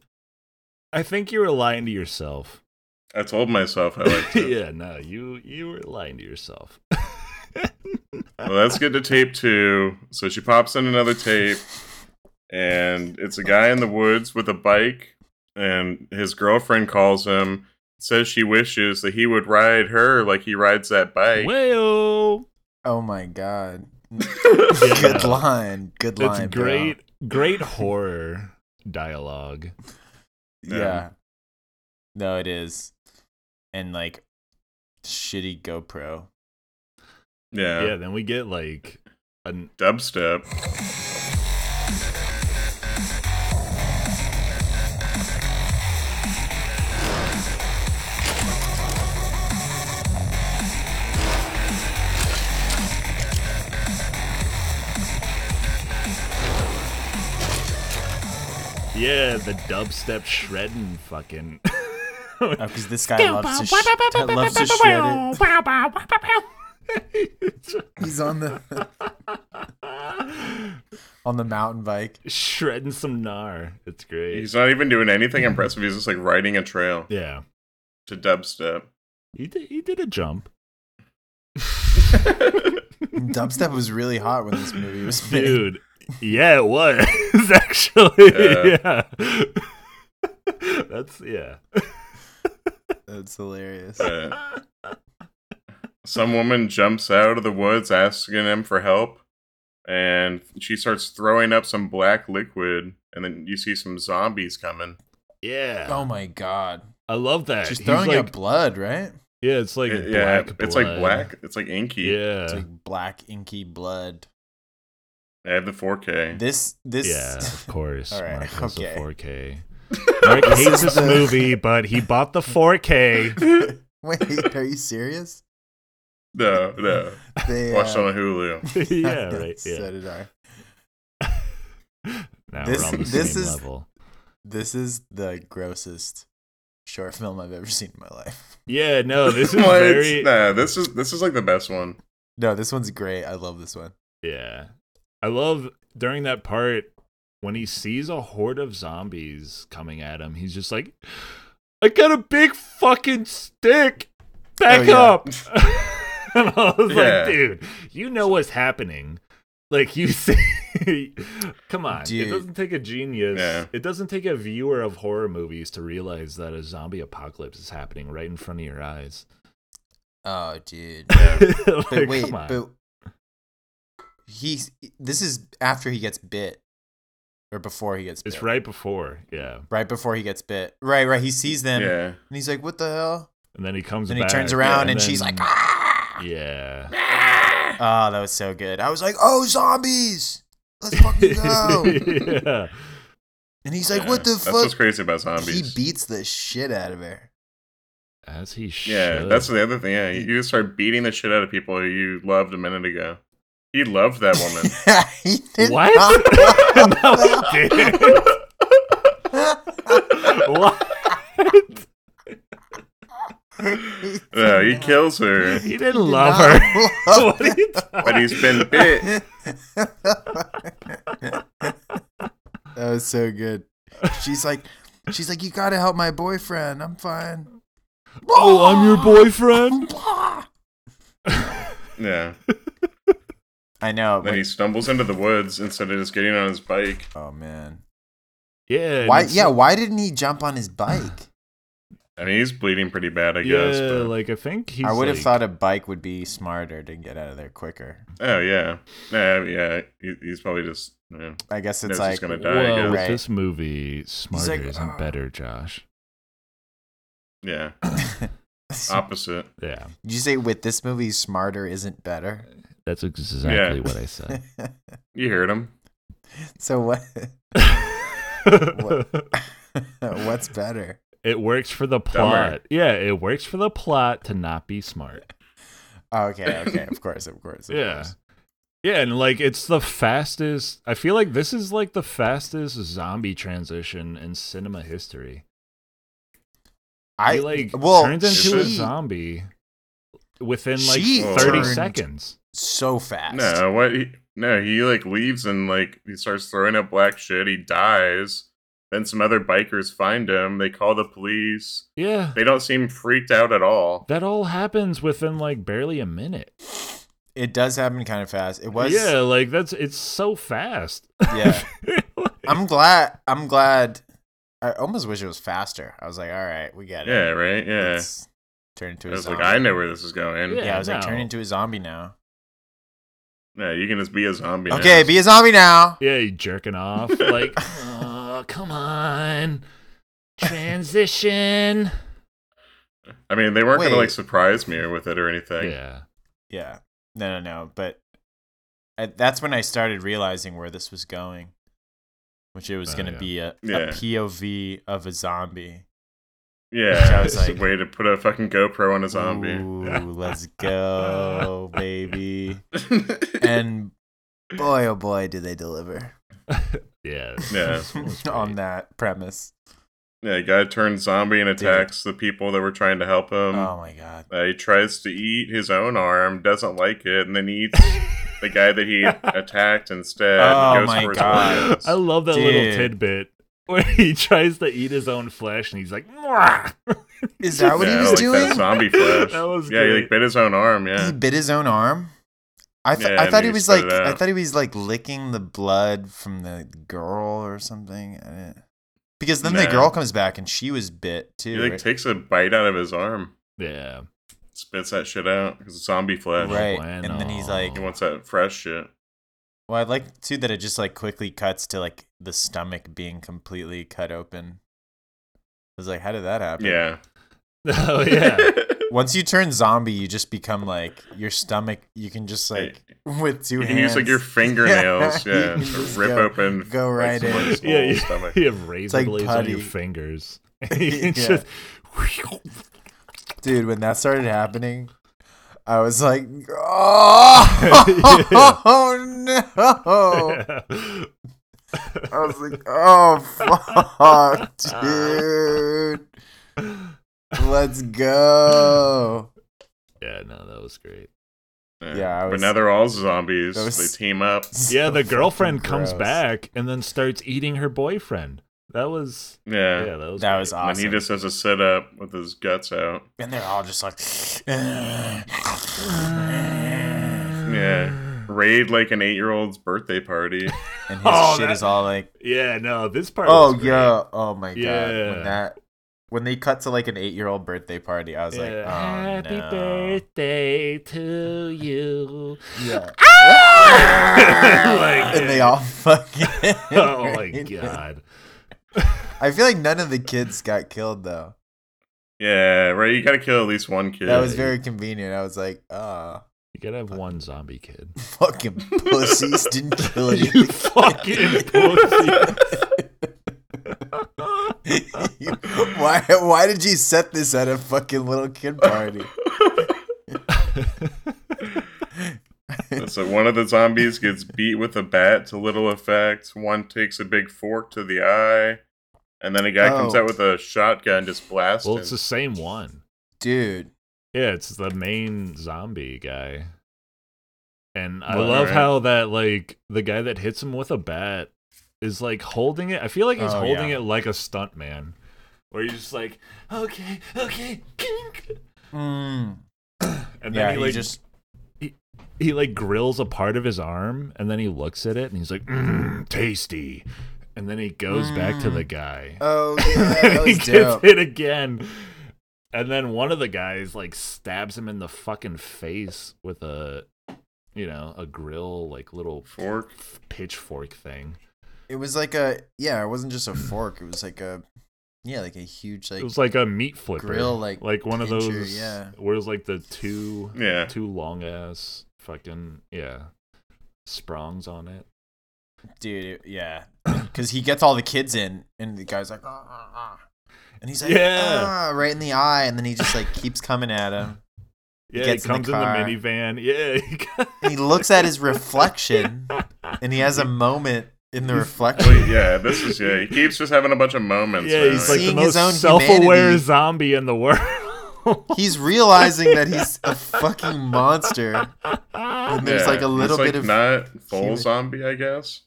I think you were lying to yourself.
I told myself I liked it.
yeah, no, you you were lying to yourself.
Well, let's get to tape two. So she pops in another tape, and it's a guy in the woods with a bike, and his girlfriend calls him, says she wishes that he would ride her like he rides that bike.
Well,
Oh my god.
Yeah.
Good line. Good line.
it's
bro.
great, great horror dialogue.
Yeah.
Yeah. Um, No, it is. And like shitty GoPro.
Yeah.
yeah, then we get like an
Dubstep.
yeah, the dubstep shredding fucking.
Oh, because this guy loves to, sh- loves to shred it. He's on the on the mountain bike.
shredding some gnar. It's great.
He's not even doing anything impressive. He's just like riding a trail
yeah,
to dubstep.
he did. He did a jump.
Dubstep was really hot when this movie was made.
dude. Yeah, it was actually. Yeah.
Yeah.
That's yeah.
That's hilarious.
Uh, some woman jumps out of the woods asking him for help, and she starts throwing up some black liquid, and then you see some zombies coming.
Yeah.
Oh my god.
I love that.
She's
He's
throwing
like,
up blood, right?
Yeah, it's like
It- yeah,
black.
it's
blood.
like black. It's like inky.
Yeah.
It's like black inky blood.
I have the 4K.
This this
yeah, of course.
All right,
Mark has
okay.
a 4K. Mark hates this
the-
movie, but he bought the 4K.
Wait, are you serious?
no, no.
They
Watched
uh,
on Hulu.
yeah, right.
So
Yeah.
did I.
Now
This-
we're on the
this
same
is-
level.
This is the grossest short film I've ever seen in my life.
Yeah, no, Oh, this is
What?
very
Nah, this is this is like the best one.
No, this one's great. I love this one.
Yeah. I love during that part when he sees a horde of zombies coming at him, he's just like, I got a big fucking stick. Back
Oh, yeah.
up. and I was
Yeah.
like, dude, you know what's happening. Like you see Come on.
Dude.
It doesn't take a genius.
Yeah.
It doesn't take a viewer of horror movies to realize that a zombie apocalypse is happening right in front of your eyes.
Oh, dude.
Like,
But wait,
come on.
but he's this is after he gets bit or before he gets bit.
it's right before, yeah.
Right before he gets bit. Right, right. He sees them
yeah.
and he's like, "What the hell?"
And then he comes
Then he
back.
turns around and she's
then-
like, "Ah!"
Yeah.
Oh, that was so good. I was like, "Oh, zombies. Let's fucking go."
yeah.
and he's like,
yeah.
"What the
That's what's
fuck?"
crazy about zombies.
He beats the shit out of her.
As he should.
Yeah, that's the other thing. Yeah, you just start beating the shit out of people who you loved a minute ago. He loved that woman.
he did
What? no, he didn't. what?
not-
no, he kills her,
He didn't love her. what are you talking-
but he's been bit.
That was so good. She's like, she's like, you gotta help my boyfriend. I'm fine.
Oh, I'm your boyfriend.
Yeah.
I know.
Then he stumbles into the woods instead of just getting on his bike.
oh man.
Yeah. and
Why?
it's-
Yeah. Why didn't he jump on his bike?
I mean, he's bleeding pretty bad, I
Yeah.
guess. But,
like I think he's.
I would have
like-
thought a bike would be smarter to get out of there quicker.
oh yeah, yeah, yeah. He, he's probably just. Yeah.
I guess
Knows
it's
he's
like,
gonna die. I
Well,
guess.
with
Right.
this movie, smarter
like,
isn't
"Ah."
better, Josh.
yeah. Opposite.
Yeah,
did you say with this movie, smarter isn't better?
that's
"Ah."
exactly
Yeah.
what I said.
You heard him.
so what? what's better?
It works for the plot.
Dumber.
Yeah, it works for the plot to not be smart.
Okay. Okay. Of course. Of course. Of
Yeah.
Course.
Yeah, and like it's the fastest. I feel like this is like the fastest zombie transition in cinema history.
I
he like
well,
turns into a
she-
zombie within like
she
thirty
turned-
seconds.
so fast.
No, what? He, no, he like leaves and like he starts throwing up black shit. He dies. Then some other bikers find him. They call the police.
Yeah,
They don't seem freaked out at all.
that all happens within like barely a minute.
it does happen kind of fast. It was
yeah, like that's it's so fast.
yeah. I'm glad. I'm glad. I almost wish it was faster. I was like, all right, we get it.
Yeah, right? Yeah.
Let's turn into
I
a
was
zombie.
like, I know where this is going.
Yeah.
Yeah,
yeah, I was like,
no.
turn into a zombie now.
you can just be a zombie. now.
Okay, be a zombie now.
Yeah, you jerking off. Like, oh, come on. Transition.
I mean, they weren't gonna
Wait.
like surprise me with it or anything.
yeah.
Yeah. No, no, no. But I, that's when I started realizing where this was going, which it was
Oh,
going to
yeah.
be a,
Yeah.
a POV of a zombie.
Yeah,
I was
it's a
like-
way to put a fucking GoPro on a zombie.
Ooh, let's go, baby. And boy, oh boy, do they deliver
Yeah.
Yeah.
on that premise.
yeah, guy turns zombie and attacks the people that were trying to help him.
oh my God.
Uh, he tries to eat his own arm, doesn't like it, and then eats the guy that he attacked instead.
Oh
goes
my
for his
God.
organs.
I love that little
Dude.
tidbit where he tries to eat his own flesh and he's like, "Mwah."
Is that what
yeah,
he
I
was
like
doing?
That zombie flesh.
That was
yeah, he
good.
like bit his own arm.
He
Yeah,
bit his own arm. I, th-
Yeah,
I
and
thought
he
he was
spit
like
it
I
out.
thought he was like licking the blood from the girl or something. I didn't- Because then the
Nah.
girl comes back and she was bit
he
too.
like
right?
takes a bite out of his arm,
yeah.
spits that shit out because it's zombie flesh.
Right,
Bueno.
and then he's like-
He wants that fresh shit.
well, I like too that it just like quickly cuts to like the stomach being completely cut open. I was like, how did that happen?
Yeah.
Oh, yeah.
Once you turn zombie, you just become like your stomach. You can just like with two
You can
hands.
use like your fingernails,
You
yeah,
can
to
just
rip
go-
open
go right
like, someone's
yeah,
whole
you,
stomach.
you have razor
like
blades on your
putty.
fingers. And you can
Yeah.
just.
dude when that started happening i was like oh, no i was like oh fuck dude let's go
yeah, no, that was great.
Yeah, I
but
was-
now they're all zombies.
that was-
They team up.
Yeah,
So
the girlfriend
fucking
comes
gross.
back and then starts eating her boyfriend. That was
Yeah.
yeah, that was
that was
great.
And then
awesome
he just has a sit up with his guts out.
and they're all just like
Yeah. Raid like an eight year old's birthday party.
and his
Oh,
shit
that-
is all like
yeah. No, this part.
oh
was great.
yeah oh my god
Yeah.
when that when they cut to like an eight-year-old birthday party i was like oh,
Yeah. Happy
no.
birthday to you.
yeah
Like,
and they all fucking.
oh my god.
I feel like none of the kids got killed though.
yeah, right. You gotta kill at least one kid.
That was very convenient. I was like, ah,
You gotta have one zombie kid.
fucking pussies didn't kill
you
anything.
fucking pussy.
why? Why did you set this at a fucking little kid party?
so one of the zombies gets beat with a bat to little effect. One takes a big fork to the eye, and then a guy comes
Oh.
out with a shotgun and just blasts.
Well,
him.
it's the same one.
Dude,
Yeah, it's the main zombie guy. And I
Well,
love
alright.
how that like the guy that hits him with a bat is like holding it. I feel like he's
Oh,
holding
yeah.
it like a stunt man. Where you're just like, okay, okay, kink.
Mm.
and then
yeah,
he
he
like
just
he like grills a part of his arm and then he looks at it and he's like mm, tasty and then he goes back to the guy
oh yeah, that
he
was
gets
dope.
hit again and then one of the guys like stabs him in the fucking face with a you know a grill like little
fork.
pitchfork thing
It was like a yeah. It wasn't just a fork. It was like a yeah, like a huge like
it was like a meat flipper
grill, like,
like one of
pincher,
those
yeah.
where it was like the two
Yeah.
two long ass fucking yeah sprongs on it
dude it- yeah because he gets all the kids in and the guy's like "Ah, ah, ah." and he's like
Yeah.
ah, right in the eye and then he just like keeps coming at him
yeah
gets
he
in the
comes in the,
car.
minivan yeah he got-
and he looks at his reflection and he has a moment in the reflection
Wait, yeah, this is yeah. He keeps just having a bunch of moments.
Yeah,
man.
he's like the
Seeing his own
most self-aware
humanity.
zombie in the world.
he's realizing that he's a fucking monster and there's
Yeah,
like a little
it's, like,
bit of
not full
human-
zombie, I guess.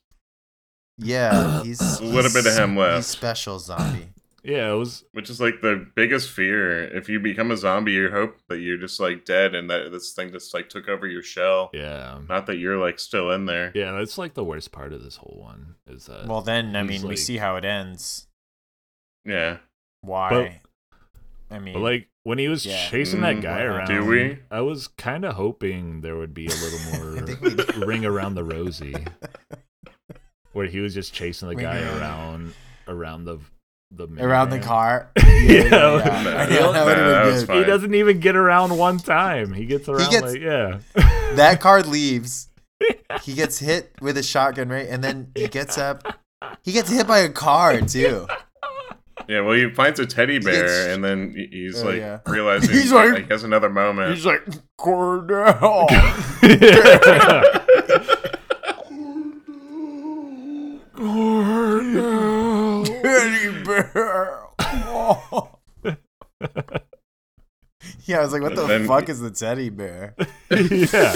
yeah he's
A little bit of him
he's
left.
special zombie
Yeah, it was.
which is like the biggest fear. If you become a zombie, you hope that you're just like dead and that this thing just like took over your shell.
Yeah.
Not that you're like still in there.
Yeah, that's like the worst part of this whole one is that.
Well, then I
he's
mean we
like-
see how it ends.
Yeah.
Why? I mean,
But like when he was
Yeah.
chasing that
Mm,
guy
wow.
around,
Do we?
I was kind of hoping there would be a
I
little
think we
more ring around the rosy, where he was just chasing the
Ring
guy
around.
around around the the
around the
minivan.
car. Yeah, yeah, yeah.
No,
I know, that
no,
would
that
have been
was
good.
fine.
He doesn't even get around one time. He gets around
gets-
like yeah,
that car leaves. He gets hit with a shotgun, right? And then he gets up. He gets hit by a car too.
Yeah, well, he finds a teddy
gets-
bear and then he- he's
Oh,
like
yeah.
realizing
He's like-
he has another moment.
he's like Cordell. Teddy bear.
Yeah, I was like, what the
Then-
fuck is the teddy bear?
yeah.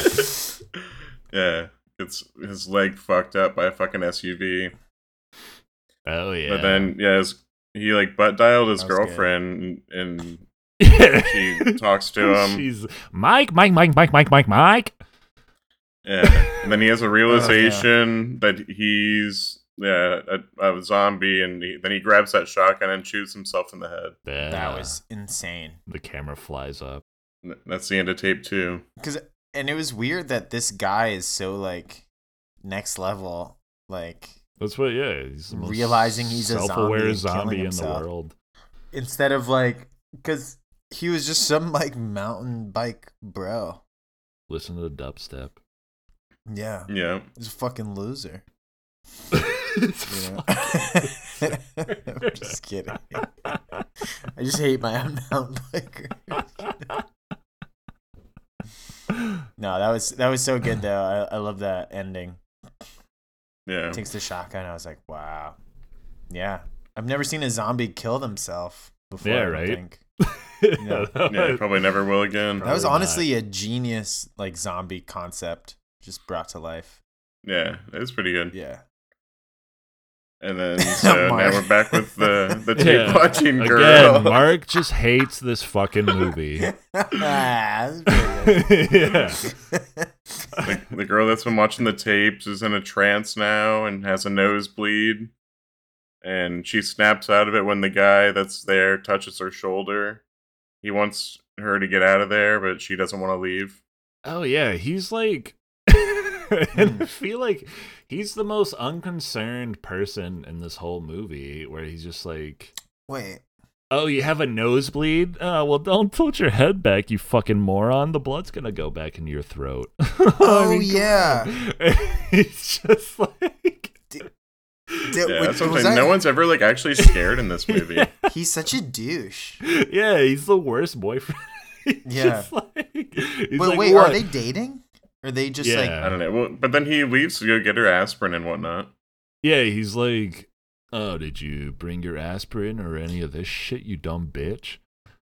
yeah, it's his leg fucked up by a fucking SUV.
Oh yeah.
But then, yeah, his, he like butt dialed his
That was good.
girlfriend and she talks to um, him.
She's Mike, Mike, Mike, Mike, Mike, Mike, Mike.
Yeah, and then he has a realization that he's yeah a, a zombie, and he, then he grabs that shotgun and shoots himself in the head.
That was insane.
uh, the camera flies up.
N- That's the end of tape two.
Because and it was weird that this guy is so like next level, like
That's what. Yeah, he's the most
Realizing he's a zombie
self-aware
and killing
zombie in the
himself.
world.
instead of like because he was just some like mountain bike bro.
Listen to the dubstep.
Yeah,
Yeah,
he's a fucking loser. You know? I'm just kidding. I just hate my own mountain biker. No, that was that was so good though. I, I love that ending.
yeah.
Takes the shotgun. I was like, wow. Yeah, I've never seen a zombie kill themself before.
Yeah,
I don't
right?
think.
yeah,
Yeah, probably never will again.
That
Probably
was
not.
honestly a genius like zombie concept just brought to life.
Yeah, it was pretty good.
Yeah.
And then so now
Mark.
we're back with the the tape watching
Again,
girl.
Mark just hates this fucking movie.
Ah, that's pretty good.
yeah.
the, the girl that's been watching the tapes is in a trance now and has a nosebleed, and she snaps out of it when the guy that's there touches her shoulder. He wants her to get out of there, but she doesn't want to leave.
Oh yeah, he's like
Hmm.
and I feel like he's the most unconcerned person in this whole movie where he's just like
Wait.
Oh, you have a nosebleed? Uh, well, don't tilt your head back, you fucking moron. The blood's gonna go back into your throat.
Oh yeah.
He's just like,
Did-
Yeah,
was-
that's what I'm
was that-
saying. No one's ever like actually scared in this movie.
He's such a douche.
yeah, he's the worst boyfriend. He's
Yeah.
just like, he's
but
like,
wait,
"What?"
are they dating? Or are they just like
Yeah.
I don't know. Well, but then he leaves to go get her aspirin and whatnot.
Yeah, he's like, "Oh, did you bring your aspirin or any of this shit, you dumb bitch?"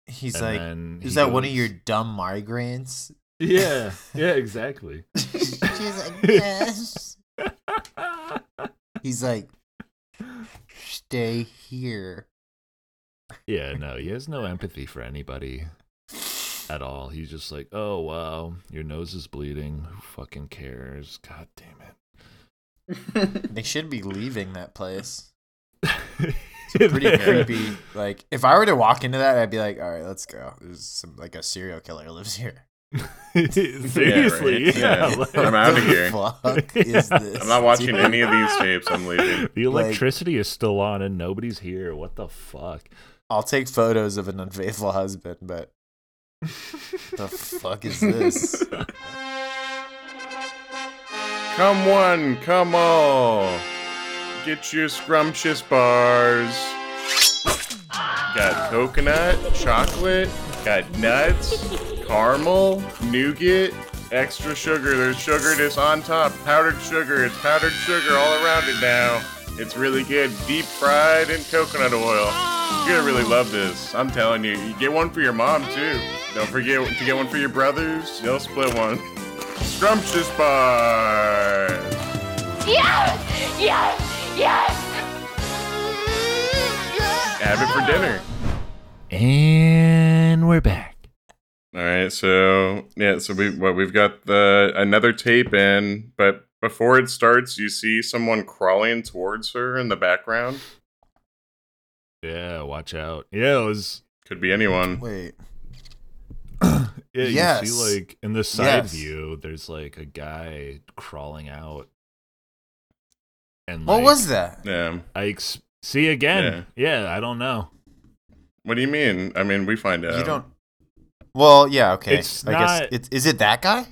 he's
And
like
then
is
he
that one of
goes-
your dumb migraines?
Yeah, yeah, exactly.
She's like, yes. He's like, stay here.
yeah, no, he has no empathy for anybody at all. He's just like, "Oh wow, your nose is bleeding. Who fucking cares? God damn it."
They should be leaving that place.
It's
Pretty creepy. Like, if I were to walk into that, I'd be like, all right, let's go. There's some, like, a serial killer lives here.
Seriously,
right.
yeah.
Yeah.
like-
I'm out of
What the
here.
Fuck is
Yeah.
this?
I'm not watching
dude?
any of these tapes. I'm leaving.
the
Like-
electricity is still on and nobody's here. What the fuck?
I'll take photos of an unfaithful husband, but the fuck is this?
Come one, come all. Get your scrumptious bars. Got coconut, chocolate, got nuts, caramel, nougat, extra sugar. There's sugar that's on top, powdered sugar. It's powdered sugar all around it now. It's really good, deep fried in coconut oil. You're gonna really love this. I'm telling you. You get one for your mom too. Don't forget to get one for your brothers. They'll split one. Scrumptious bars.
Yes! Yes! Yes!
have it for dinner.
And we're back.
All right, so yeah, so we what we've got the another tape in, but before it starts, you see someone crawling towards her in the background.
Yeah, watch out. Yeah, it was.
Could be anyone.
Wait.
Yeah, you
Yes.
see, like in the side
Yes.
view, there's like a guy crawling out. And
What
like,
was that?
Yeah.
I ex- see again. Yeah. I don't know.
What do you mean? I mean, we find out.
You don't. Well, yeah, okay.
It's
I
not-
guess it's, is it that guy?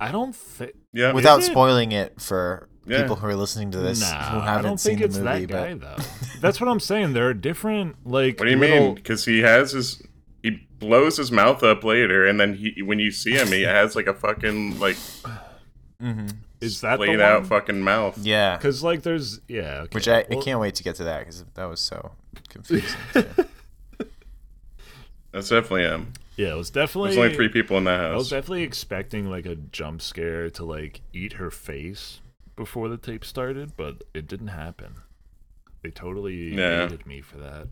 I don't think.
Yeah.
Without
it?
spoiling it for
Yeah.
people who are listening to this who
Nah,
haven't
I don't
seen
think it's
the movie,
that guy though. That's what I'm saying. There are different like.
what do you
little-
mean? Because he has his. He blows his mouth up later, and then he, when you see him, he has like a fucking like
but hmm
Is that
laid
the
out fucking mouth.
yeah,
Because like there's yeah. Okay.
which I,
well,
I can't wait to get to that because that was so confusing.
That's definitely him.
Yeah, it was definitely.
There's only three people in that
I was
house.
definitely expecting like a jump scare to like eat her face before the tape started, but it didn't happen. They totally
Yeah.
hated me for that.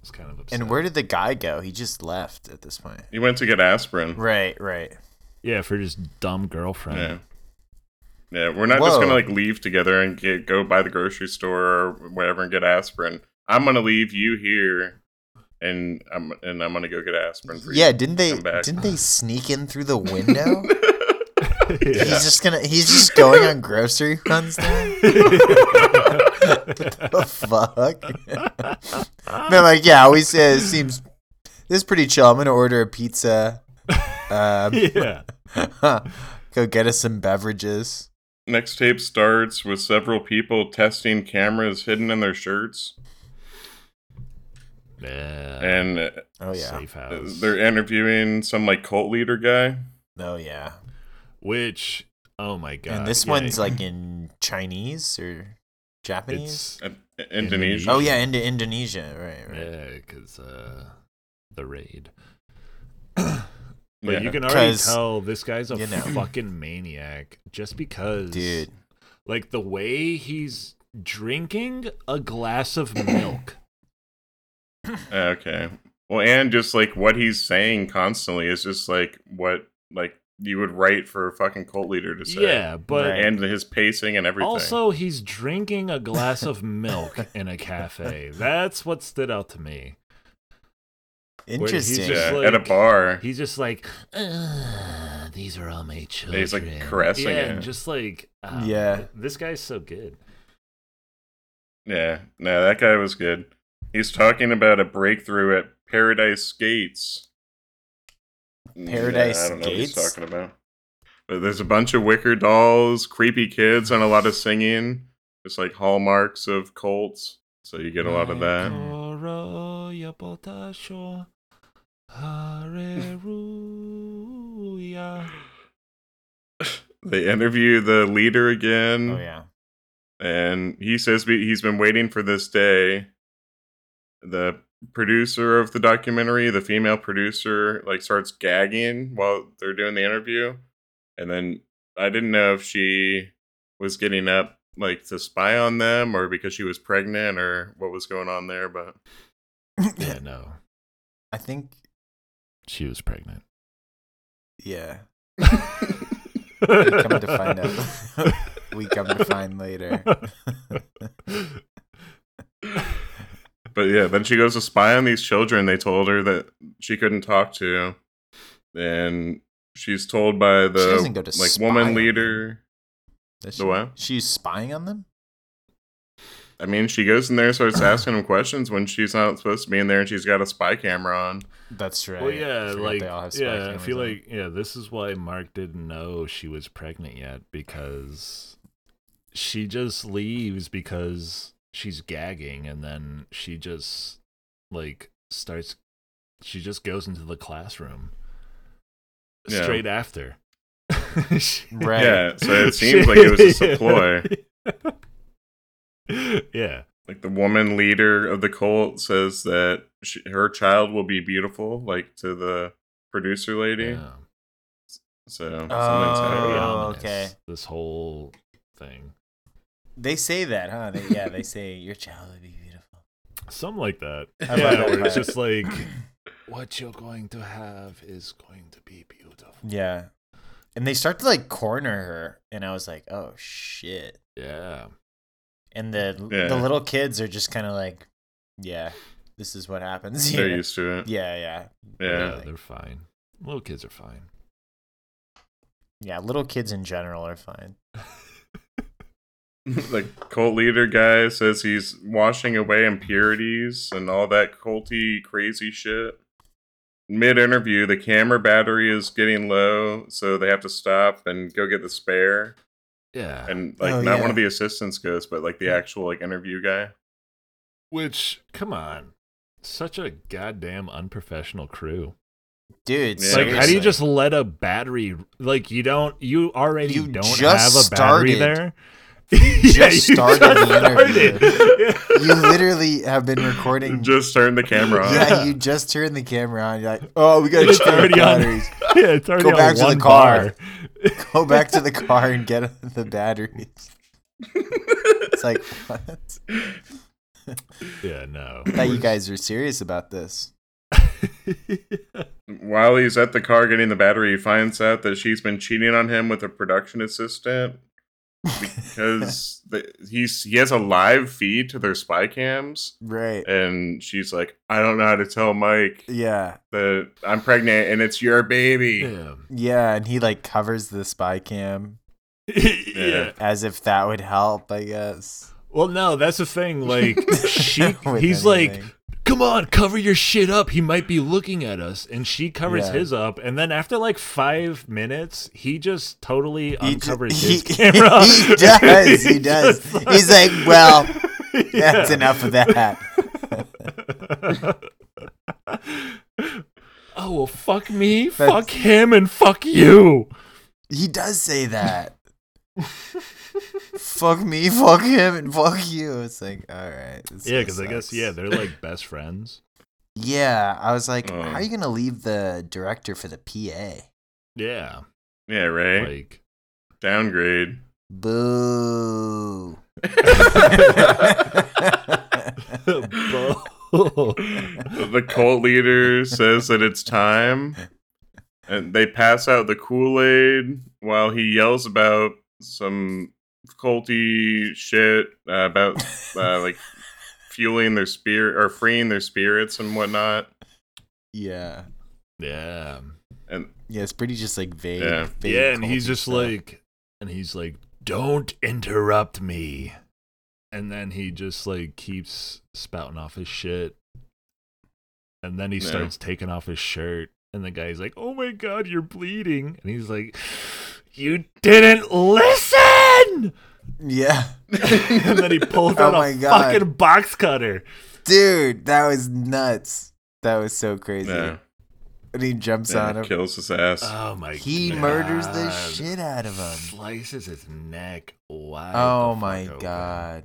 It's kind of upset.
and where did the guy go? He just left at this point.
He went to get aspirin.
Right, right.
yeah, for just dumb girlfriend.
Yeah. Yeah, we're not just
Whoa.
gonna like leave together and get go by the grocery store or whatever and get aspirin. I'm gonna leave you here, and I'm and I'm gonna go get aspirin for you.
Yeah, didn't they?
Come back.
Didn't they sneak in through the window?
Yeah.
He's just gonna. He's just going on grocery runs now. the fuck? They're like, yeah, we say it seems this is pretty chill. I'm gonna order a pizza. Um,
yeah.
go get us some beverages.
Next tape starts with several people testing cameras hidden in their shirts,
Yeah.
and uh,
Oh yeah.
Safe house.
they're interviewing some like cult leader guy.
Oh yeah.
Which, oh my god.
and this
yeah,
one's like in Chinese or Japanese.
It's,
Uh, Indonesia.
Oh yeah, into Indonesia. Right. right.
yeah, because uh, the raid.
Yeah.
But you can already
'Cause,
tell this guy's a
you know.
fucking maniac just because
Dude.
like the way he's drinking a glass of milk.
Ah, Okay. Well, and just like what he's saying constantly is just like what like you would write for a fucking cult leader to say.
yeah, but
Right.
And his pacing and everything.
also he's drinking a glass of milk in a cafe. That's what stood out to me. he's
Interesting.
yeah,
just,
at a
like-
bar.
He's just like, "Ugh, these are all my children.
he's, like, caressing
yeah,
it.
and just like, ah,
Yeah.
this guy's so good.
yeah, no, that guy was good. He's talking about a breakthrough at Paradise Gates.
Paradise
I don't know what he's
Gates?
talking about. But there's a bunch of wicker dolls, creepy kids, and a lot of singing. Just like hallmarks of cults. So you get a lot of that. They interview the leader again.
Oh yeah.
and he says be- he's been waiting for this day. The producer of the documentary, the female producer, like starts gagging while they're doing the interview, and then I didn't know if she was getting up like to spy on them or because she was pregnant or what was going on there. But
Yeah, no,
I think.
she was pregnant.
Yeah.
Come
Come to find out. we come to find later.
but yeah, then she goes to spy on these children. They told her that she couldn't talk to, and she's told by
She
the
doesn't go to
like
spy on
woman
them.
leader.
Does
The
she-
what?
She's spying on them.
I mean, she goes in there and starts asking him questions when she's not supposed to be in there, and she's got a spy camera on.
That's right.
Well, yeah,
forgot
like,
they all have spy
yeah, I
cameras
feel
on.
like, yeah, this is why Mark didn't know she was pregnant yet because she just leaves because she's gagging and then she just, like, starts, she just goes into the classroom
Yeah.
straight after. She-
Right.
Yeah, so it seems like it was just a ploy.
Yeah.
Like the woman leader of the cult says that she, her child will be beautiful, like to the producer lady.
yeah.
So
Oh,
something's
Very
happening.
ominous,
okay.
This whole thing.
They say that, huh? They, yeah, they say your child would be beautiful.
Something like that.
I
yeah,
love that
where it's
part.
just like what you're going to have is going to be beautiful.
Yeah. And they start to like corner her, and I was like, "Oh shit!"
Yeah.
And the
Yeah.
the little kids are just kind of like, "Yeah, this is what happens."
They're
Yeah.
used to it.
yeah, yeah,
Yeah,
Yeah.
they're fine. Little kids are fine.
yeah. Little kids in general are fine.
the cult leader guy says he's washing away impurities and all that culty crazy shit. Mid interview, the camera battery is getting low, so they have to stop and go get the spare.
Yeah.
And like,
Oh,
not
yeah.
one of the assistants goes, but like the actual like interview guy.
Which, come on, such a goddamn unprofessional crew.
Dude,
Yeah.
Like, how do you
seriously.
just let a battery? Like, you don't. You already
You
don't
just
have a battery
started.
there. Yeah,
just started the
started.
You literally have been recording.
Just turn the
uh,
camera on.
yeah, you just turned the camera on. You're like, oh, we got to
It's
check the
already on.
batteries.
yeah, it's already on
back to the
one
car.
bar.
Go back to the car and get the batteries. It's like, what?
Yeah, no.
I thought you guys were serious about this.
While he's at the car getting the battery, he finds out that she's been cheating on him with a production assistant because the, he's he has a live feed to their spy cams,
Right.
and she's like, "I don't know how to tell Mike
Yeah.
that I'm pregnant and it's your baby."
yeah.
Yeah. And he like covers the spy cam
yeah.
as if that would help, I guess.
Well, no, that's the thing. Like, she,
With
he's like,
anything.
come on, cover your shit up. He might be looking at us. And she covers
Yeah.
his up. And then after like five minutes, he just totally
He ju-
uncovers
he-
his camera.
He does. He does.
just
He's like, well, that's enough of that.
oh, well, fuck me, fuck him, and fuck you.
He does say that. fuck me, fuck him, and fuck you. It's like, all right. this
Yeah,
guy
because I guess,
sucks.
yeah, they're like best friends.
Yeah, I was like,
Oh.
how are you gonna leave the director for the PA?
Yeah.
Yeah, right.
Like,
Downgrade.
Boo.
Bo-
the cult leader says that it's time, and they pass out the Kool Aid while he yells about some culty shit uh, about uh, like fueling their spirit or freeing their spirits and whatnot.
yeah.
yeah.
And
Yeah, it's pretty just like vague.
Yeah.
vague
yeah, and he's
culty
just
stuff.
like, and he's like, don't interrupt me. And then he just like keeps spouting off his shit. And then he
Yeah.
starts taking off his shirt. And the guy's like, oh my God, you're bleeding. And he's like, you didn't listen.
Yeah.
and then he pulls
Oh
out
my
a
God.
fucking box cutter.
Dude, that was nuts. That was so crazy.
yeah,
And he jumps
yeah,
on him.
kills his ass.
Uh,
Oh my
He
God.
murders the shit out of him.
Slices his neck wide.
Oh
the
my
fuck open.
god.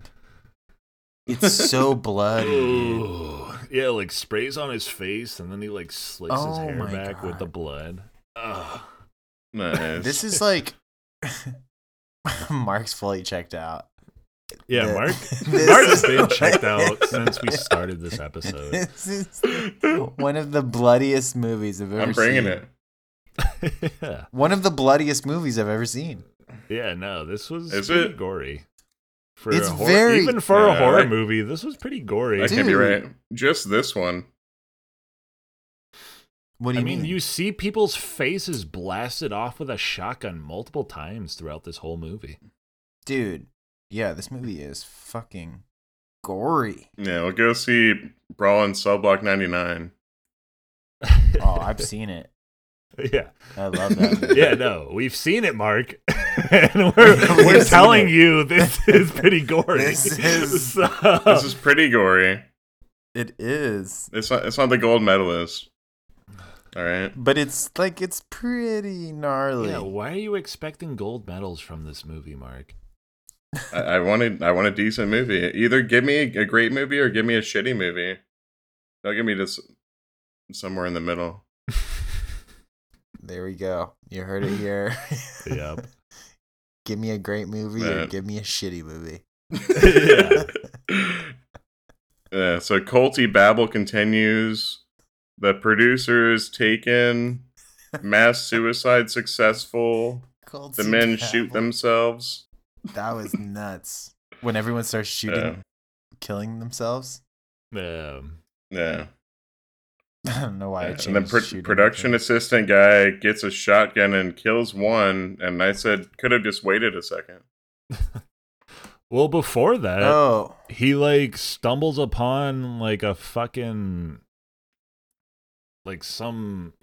It's so bloody. dude.
Ooh. Yeah, like sprays on his face, and then he like slits his
Oh
hair
my
back with the
God.
blood. Ugh.
nice.
This is like Mark's fully checked out.
Yeah,
The-
Mark.
this
Mark's
is
been
like-
checked out since we started this episode.
This is one of the bloodiest movies I've ever
I'm bringing
seen.
it.
yeah.
One of the bloodiest movies I've ever seen.
yeah, no, this was
Is
pretty
it?
gory. For
It's
a horror,
very-
even for a
Yeah,
horror
like-
movie, this was pretty gory.
I can't be
Dude.
right. Just this one.
What
I
do you
mean,
mean?
you see people's faces blasted off with a shotgun multiple times throughout this whole movie.
Dude, yeah, this movie is fucking gory.
Yeah, we'll go see Brawl in Cell Block 99.
Oh, I've seen it.
yeah.
I love that.
Yeah, no, we've seen it, Mark, and we're we're
We've seen
telling
it.
you this is pretty gory.
This is-
So-
This is pretty gory.
it is.
It's not, it's not the gold medalist. All right.
But it's like it's pretty gnarly.
yeah. Why are you expecting gold medals from this movie, Mark?
I, I wanted I want a decent movie. Either give me a great movie or give me a shitty movie. Don't give me just somewhere in the middle.
There we go. You heard it here.
Yep.
give me a great movie or
Yeah.
give me a shitty movie.
yeah. Uh, so culty babble continues. The producer is taken. Mass suicide successful. The men shoot themselves.
That was nuts. When everyone starts shooting,
Yeah.
killing themselves.
Um,
Yeah.
I don't know why I
Yeah,
changed.
and the pr-
shooting
production
to-
assistant guy gets a shotgun and kills one. And I said, could have just waited a second.
well, before that,
Oh,
he like stumbles upon like a fucking like some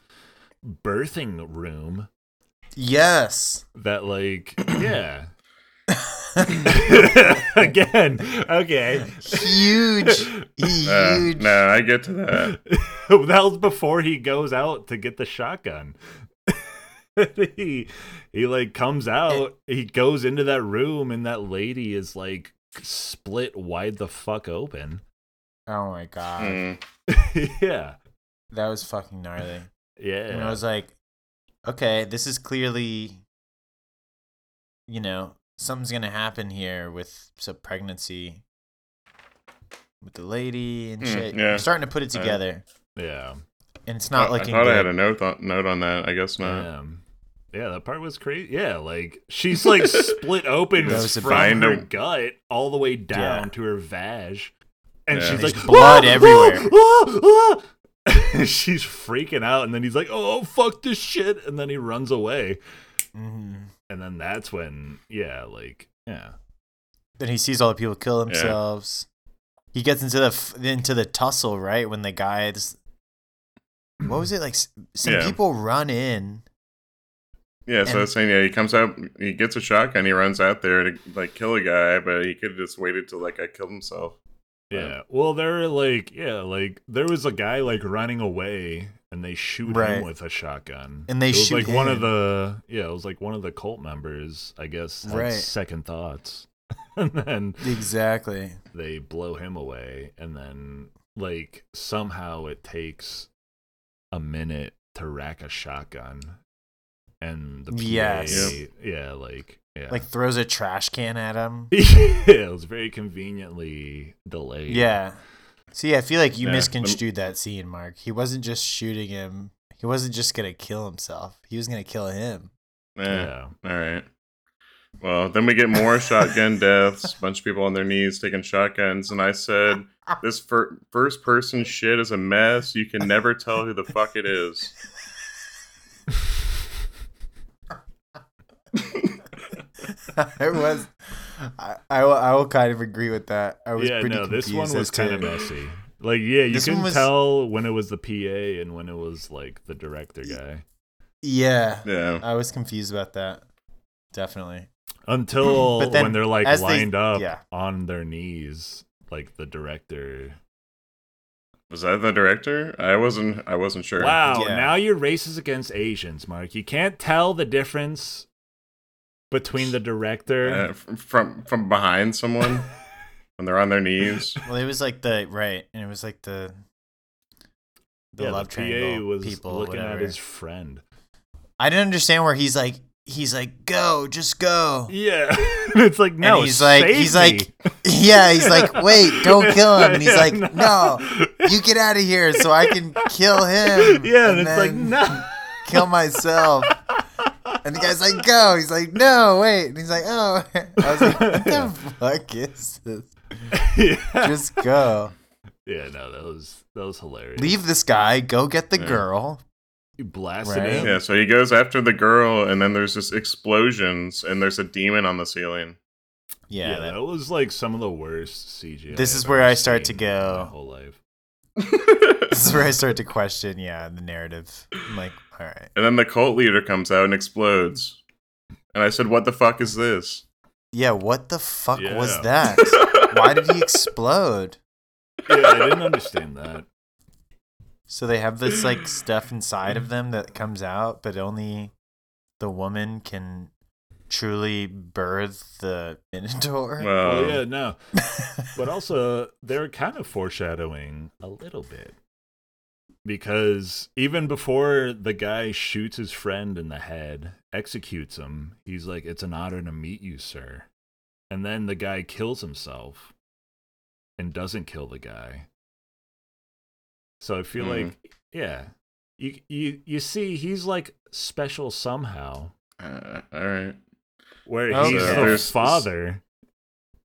birthing room
yes.
that like yeah again okay
Huge,
Uh,
huge.
no, I get to that.
that was before he goes out to get the shotgun. he he like comes out, he goes into that room, and that lady is like split wide the fuck open.
Oh my god,
Mm.
yeah,
that was fucking gnarly. And I
yeah.
was like, okay, this is clearly, you know, something's gonna happen here with some pregnancy with the lady and
Mm,
shit.
yeah.
I'm starting to put it
Yeah.
together,
yeah,
and it's not
I- I
looking
thought
good.
I had a note on, note on that. I guess not.
Um, yeah. That part was crazy. Yeah, like she's like split open
That was a
from her
bind-
gut all the way down
Yeah.
to her vag, and
Yeah.
she's
There's
like
blood everywhere."
"Ah, ah, ah." she's freaking out, and then he's like, "Oh fuck this shit," and then he runs away.
Mhm.
and then that's when yeah like yeah
Then he sees all the people kill
Yeah.
themselves. He gets into the f- into the tussle right when the guys. What was it like? s- Some
Yeah.
people run in.
Yeah, so
And-
I was saying, yeah, he comes out, he gets a shotgun, he runs out there to like kill a guy, but he could have just waited till that guy killed himself.
yeah well they're like yeah like there was a guy like running away and they shoot
Right.
him with a shotgun
And they
it was
shoot
like one of
him.
the yeah it was like one of the cult members i guess had
Right.
second thoughts and then
Exactly.
they blow him away and then like somehow it takes a minute to rack a shotgun and the PA,
Yes.
yeah like yeah
Like throws a trash can at him.
it was very conveniently delayed
Yeah. See, I feel like you
Yeah, the-
misconstrued that scene, Mark. He wasn't just shooting him. He wasn't just gonna kill himself. He was gonna kill him.
Eh,
Yeah.
All right. Well, then we get more shotgun deaths, bunch of people on their knees taking shotguns, and I said, this fir- first person shit is a mess. You can never tell who the fuck it is.
I was. I, I, will, I will kind of agree with that. I was
yeah,
pretty
no, this one
confused
was
as to-
kind of messy. Like, yeah, you
This
can
one was-
tell when it was the PA and when it was like the director guy.
Yeah.
Yeah.
I was confused about that. Definitely.
Until
But then
when they're like
as they-
lined up
yeah.
on their knees, like the director.
Was that the director? I wasn't I wasn't sure.
Wow,
Yeah.
now you're racist against Asians, Mark. You can't tell the difference between the
Uh,
director.
f- from from behind someone when they're on their knees.
Well, it was like the right, and it was like the the
yeah,
love
the
triangle
PA was
people.
looking
whatever.
at his friend.
I didn't understand where he's like. He's like, go, just go.
Yeah, it's like no.
and he's like,
save
he's
me.
like, yeah. He's like, wait, don't kill him. And he's like, no, you get out of here so I can kill him.
Yeah, and, it's like
then
no.
kill myself. And the guy's like, go. He's like, no, wait. And he's like, oh. I was like, what the fuck is this?
yeah.
Just go.
Yeah, no, that was that was hilarious.
Leave this guy. Go get the
Yeah.
girl.
you blasted
Right?
him.
Yeah, so he goes after the girl, and then there's just explosions, and there's a demon on the ceiling.
Yeah,
Yeah. that-
that was like some of the worst CGI.
This
I've
is where
ever
I start to
seen
go.
in My whole life.
this is where I start to question, yeah, the narrative. I'm like, all right.
And then the cult leader comes out and explodes. And I said, What the fuck is this?
Yeah, what the fuck was
Yeah.
that? Why did he explode?
Yeah, I didn't understand that.
So they have this like stuff inside of them that comes out, but only the woman can truly birth the minotaur.
Oh
Well,
yeah, no. But also, they're kind of foreshadowing a little bit because even before the guy shoots his friend in the head, executes him, he's like, "It's an honor to meet you, sir." And then the guy kills himself and doesn't kill the guy. So I feel
Mm.
like, yeah, you you you see, he's like special somehow,
Uh, all right.
where
Okay.
he's
So
the
Oh, there's-
father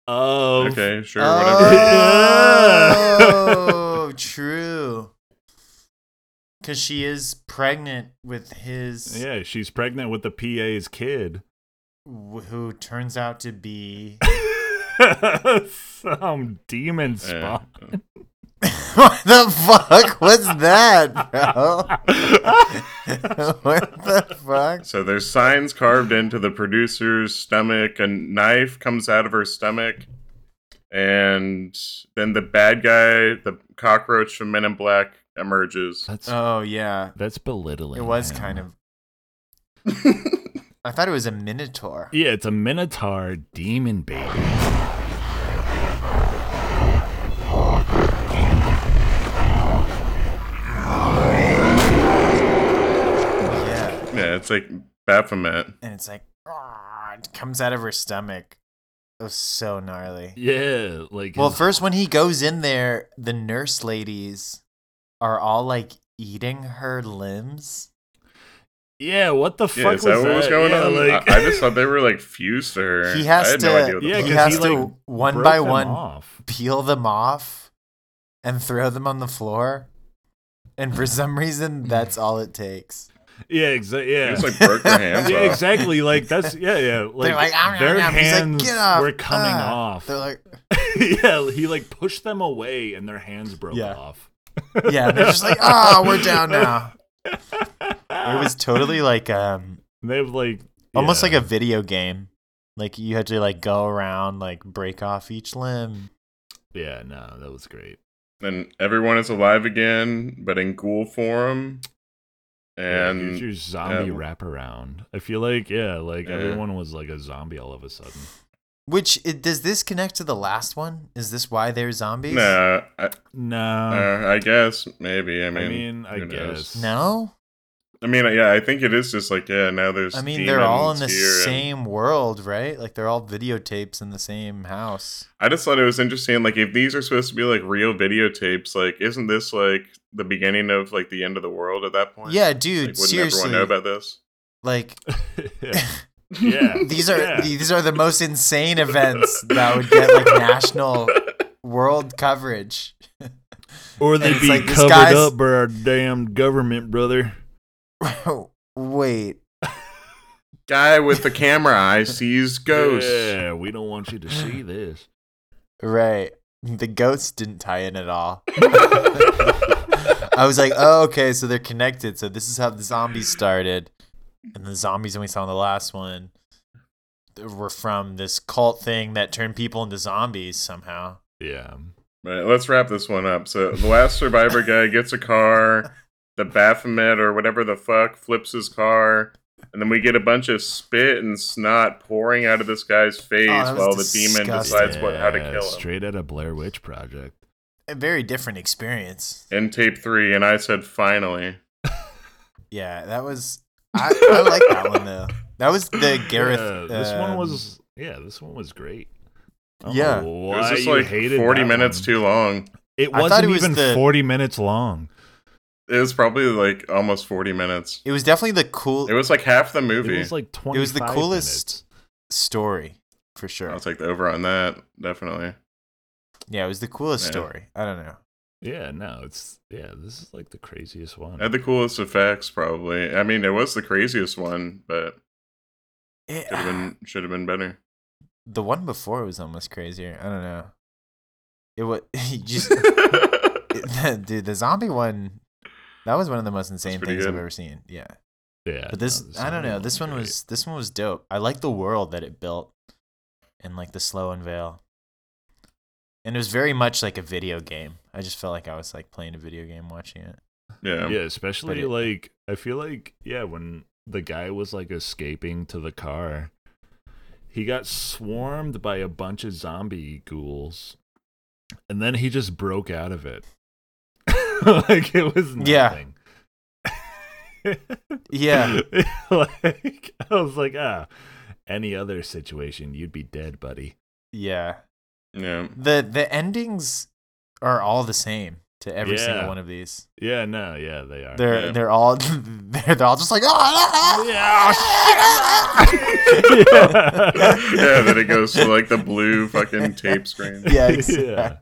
of
Okay. Sure.
Oh.
Whatever.
Oh, true. Because she is pregnant with his,
Yeah, she's pregnant with the PA's kid.
wh- who turns out to be.
Some demon spawn.
Yeah.
what the fuck was that, bro? what the fuck?
So there's signs carved into the producer's stomach. A knife comes out of her stomach, and then the bad guy, the cockroach from Men in Black, emerges.
That's
Oh yeah,
that's belittling.
it was
him.
kind of. I thought it was a minotaur.
Yeah, it's a minotaur demon baby.
Yeah,
Yeah, it's like Baphomet.
and it's like, "Argh," it comes out of her stomach. It was so gnarly.
Yeah, like
Well,
his-
first when he goes in there, the nurse ladies are all like eating her limbs.
yeah. What the
Yeah,
fuck
is that
was
what was
that?
going
Yeah,
on?
like-
I, I just thought they were like fused to her.
He has
I had
to,
no idea what the
Yeah,
fuck
he
'cause
has
he,
to
like,
one
broke
by
them
one
off.
peel them off and throw them on the floor. And for some reason, that's all it takes.
Yeah, exactly. Yeah.
He just like broke her hands
yeah,
off.
exactly. Like that's yeah, yeah. Like,
They're like, "Om, om,
their
om." He's like,
hands
"Get off."
were coming
Ah.
off.
They're like,
yeah, he like pushed them away, and their hands broke
Yeah.
off.
yeah, they're just like, ah, we're down now. It was totally like um,
And they have like
almost like a video game. Like you had to like go around, like break off each limb.
yeah. No, that was great.
And everyone is alive again, but in ghoul form.
Yeah,
And
it's your zombie
yeah.
wraparound. I feel like yeah, like
Yeah.
everyone was like a zombie all of a sudden.
Which it, does this connect to the last one? Is this why they're zombies?
Nah, I,
No,
uh, I guess maybe. I
Um, I
mean,
mean, I
who knows?
guess
No,
I mean, yeah, I think it is just like yeah. Now there's.
I mean they're all in the
demons here, and
same world, right? Like they're all videotapes in the same house.
I just thought it was interesting. Like, if these are supposed to be like real videotapes, like, isn't this like the beginning of like the end of the world at that point?
Yeah,
Like,
dude,
wouldn't
seriously.
everyone know about this?
like
yeah. yeah,
these are
Yeah.
these are the most insane events that would get like national world coverage.
or they
it's
be
like, this
covered
guy's-
up by our damn government, brother.
Wait.
Guy with the camera eye sees ghosts.
Yeah, we don't want you to see this.
Right. The ghosts didn't tie in at all. I was like, oh, okay, so they're connected. So this is how the zombies started. And the zombies that we saw in the last one were from this cult thing that turned people into zombies somehow.
Yeah.
Right, let's wrap this one up. So the last survivor guy gets a car, the Baphomet or whatever the fuck flips his car, and then we get a bunch of spit and snot pouring out of this guy's face
Oh, that was
while the demon
disgusting.
decides what how to
Yeah,
kill him.
Straight out of Blair Witch Project.
A very different experience.
In tape three, and I said finally.
Yeah, that was. I, I like that one though. That was the Gareth.
Yeah, this one
um,
was yeah, this one was great. I don't
Yeah.
know
it was
why
just
you
like
hated
forty
that
minutes
one.
too long.
It
I thought
wasn't
it was
even
the-
forty minutes long.
It was probably like almost forty minutes.
It was definitely the cool
It was like half the movie.
It was like twenty.
was the coolest- story for sure.
I'll take the over on that, definitely.
Yeah, it was the coolest
Yeah.
story. I don't know.
Yeah, no, it's yeah. This is like the craziest one.
Had the coolest effects, probably. I mean, it was the craziest one, but
It-
Could have been should have been better.
the one before was almost crazier. I don't know. It was just it- dude. The zombie one. That was one of the most insane
pretty
things I've
good.
ever seen. Yeah,
yeah,
but this
no,
I don't
zombie
know. This one
great.
was this one was dope. I like the world that it built, and like the slow unveil. And it was very much like a video game. I just felt like I was like playing a video game watching it.
yeah.
yeah, especially
it-
like I feel like yeah, when the guy was like escaping to the car, he got swarmed by a bunch of zombie ghouls, and then he just broke out of it. like it was
Yeah.
nothing.
Yeah,
like I was like ah, any other situation you'd be dead, buddy.
yeah.
Yeah.
the The endings are all the same. to every
Yeah.
single one of these.
Yeah, no, yeah, they are.
They're
Yeah.
they're all they're, they're all just like oh,
yeah.
yeah, then it goes to like the blue fucking tape screen.
yeah,
yeah.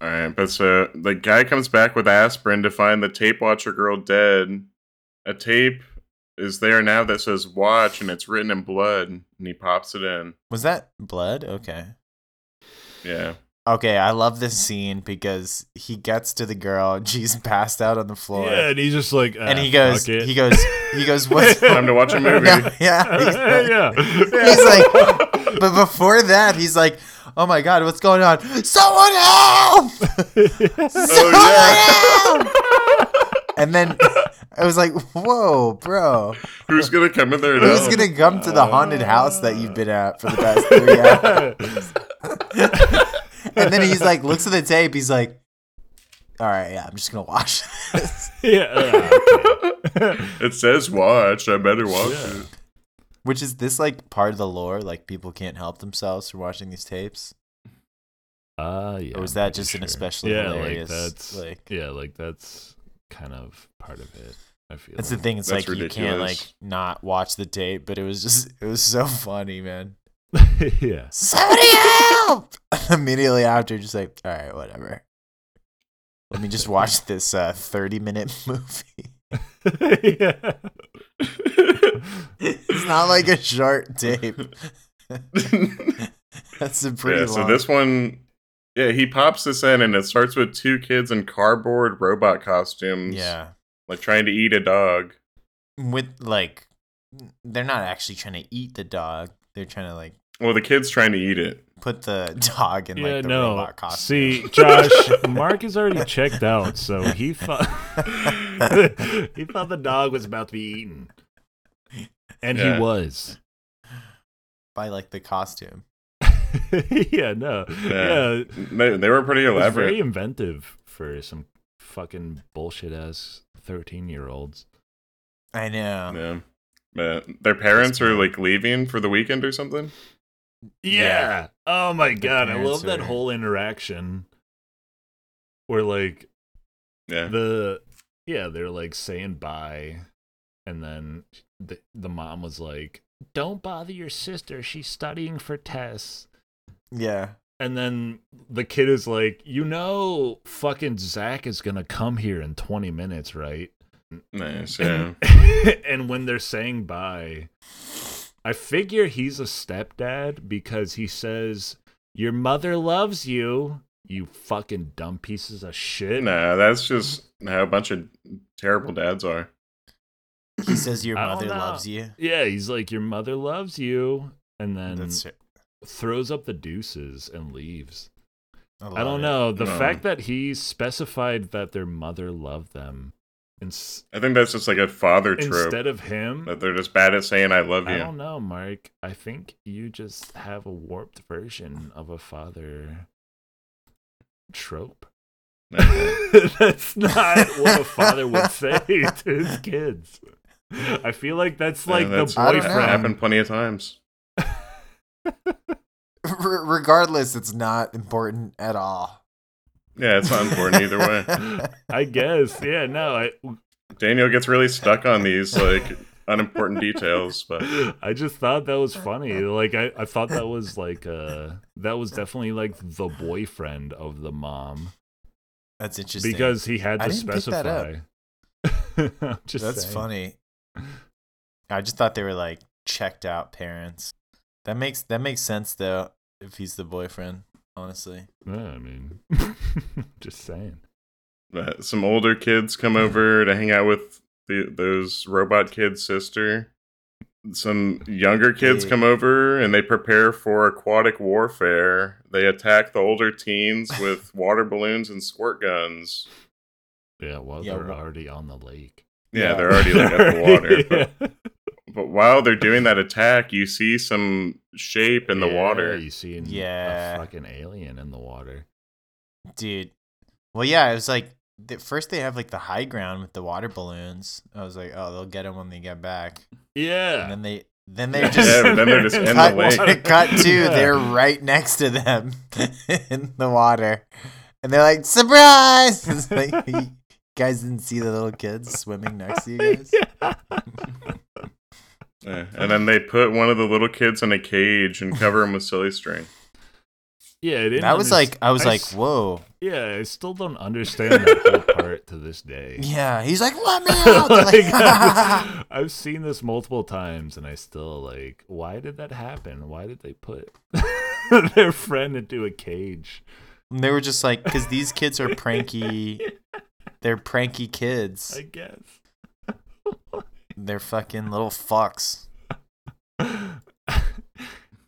All right, but so the guy comes back with aspirin to find the tape watcher girl dead. A tape is there now that says watch and it's written in blood and he pops it in.
Was that blood? Okay.
Yeah.
Okay, I love this scene because he gets to the girl, and she's passed out on the floor.
Yeah, and he's just like,
And
"Ah,
he goes-
fuck it."
he goes- he goes, "What's-
Time to watch a movie.
No, yeah. he's like-
yeah,
He's like, but before that, he's like, "Oh my god, what's going on? Someone help!
Oh,
Someone help!" And then I was like, "Whoa, bro,
Who's gonna come in there? and
who's
help?
gonna come to the haunted house that you've been at for the past three hours?" And then he's like, looks at the tape. He's like, "All right, yeah, I'm just gonna watch this."
yeah.
It says watch. I better watch
Yeah.
it.
Which is this like part of the lore? Like people can't help themselves from watching these tapes,
Uh, yeah.
or was
I'm
that
pretty
just an
sure.
especially
yeah,
hilarious?
Like that's,
like-
yeah, like that's kind of part of it. I feel
That's the
like.
thing. It's
That's
like you can't like
ridiculous.
not watch the tape, but it was just it was so funny, man.
yeah,
Somebody help! Immediately after, just like all right, whatever. Let me just watch this uh, thirty-minute movie.
yeah.
It's not like a short tape. That's a pretty
yeah.
long.
So this one, yeah, he pops this in and it starts with two kids in cardboard robot costumes.
yeah,
like trying to eat a dog.
with like they're not actually trying to eat the dog. They're trying to like
Well, the kid's trying to eat it.
put the dog in like
yeah,
the
no.
robot costume.
See, Josh, Mark is already checked out, so he thought he thought the dog was about to be eaten, and
Yeah.
he was.
by like the costume.
yeah, no,
Yeah.
yeah.
They, they were pretty
It was very
elaborate.
inventive for some fucking bullshit ass thirteen year olds.
I know.
Yeah. But their parents are like leaving for the weekend or something.
Yeah. Oh my
The
god, I
parents
love that
are-
whole interaction where like
Yeah.
the yeah, they're like saying bye and then the, the mom was like, "Don't bother your sister, she's studying for tests."
Yeah.
And then the kid is like, "You know, fucking Zach is going to come here in 20 minutes, right?"
Nice. Yeah.
and when they're saying bye, I figure he's a stepdad because he says, Your mother loves you, you fucking dumb pieces of shit.
nah, that's just how a bunch of terrible dads are.
He says your
I don't
mother
know.
loves you.
Yeah, he's like, Your mother loves you, and then
That's it.
throws up the deuces and leaves.
love
I don't
it.
know. The
No.
fact that he specified that their mother loved them ins-
I think that's just like a father trope
instead of him.
that they're just bad at saying "I love
I
you."
don't know, Mark. I think you just have a warped version of a father trope. that's not what a father would say to his kids. I feel like that's like
Yeah, that's-
the
I don't
That
boyfriend.
happened plenty of times.
R- regardless, it's not important at all.
Yeah, it's not important either way.
I guess. Yeah, no. I
Daniel gets really stuck on these like unimportant details, but
I just thought that was funny. Like I, I thought that was like uh that was definitely like the boyfriend of the mom.
That's interesting.
because he had
I
to
didn't pick that
specify.
up.
I'm just
that's
saying.
funny. I just thought they were like checked out parents. That makes that makes sense though. If he's the boyfriend, honestly.
Yeah, I mean, just saying.
uh, some older kids come
Mm-hmm.
over to hang out with the, those robot kids' sister. Some younger kids
Yeah.
come over and they prepare for aquatic warfare. They attack the older teens with water balloons and squirt guns.
Yeah, well,
Yeah,
they're
wha-
already on the lake.
Yeah,
Yeah.
they're already like at the water. But,
Yeah.
but while they're doing that attack, you see some shape in the
Yeah,
water.
You see an-
Yeah.
a fucking alien in the water.
Dude. Well, yeah, it was like the, first they have like the high ground with the water balloons. I was like, oh, they'll get him when they get back.
Yeah.
And then they Then they just
Yeah, then they're just in the
cut,
lake.
cut to
Yeah.
they're right next to them in the water, and they're like surprise. It's like, you guys didn't see the little kids swimming next to you guys.
Yeah, Eh, And then they put one of the little kids in a cage and cover him with silly string.
Yeah, I didn't
That was
underst-
like I was
I
like
s-
whoa.
yeah, I still don't understand that whole part to this day.
Yeah, he's like let me out. They're
Like,
like,
I've- I've seen this multiple times, and I still like. Why did that happen? Why did they put their friend into a cage?
And they were just like, because these kids are pranky. They're pranky kids.
I guess.
They're fucking little fucks.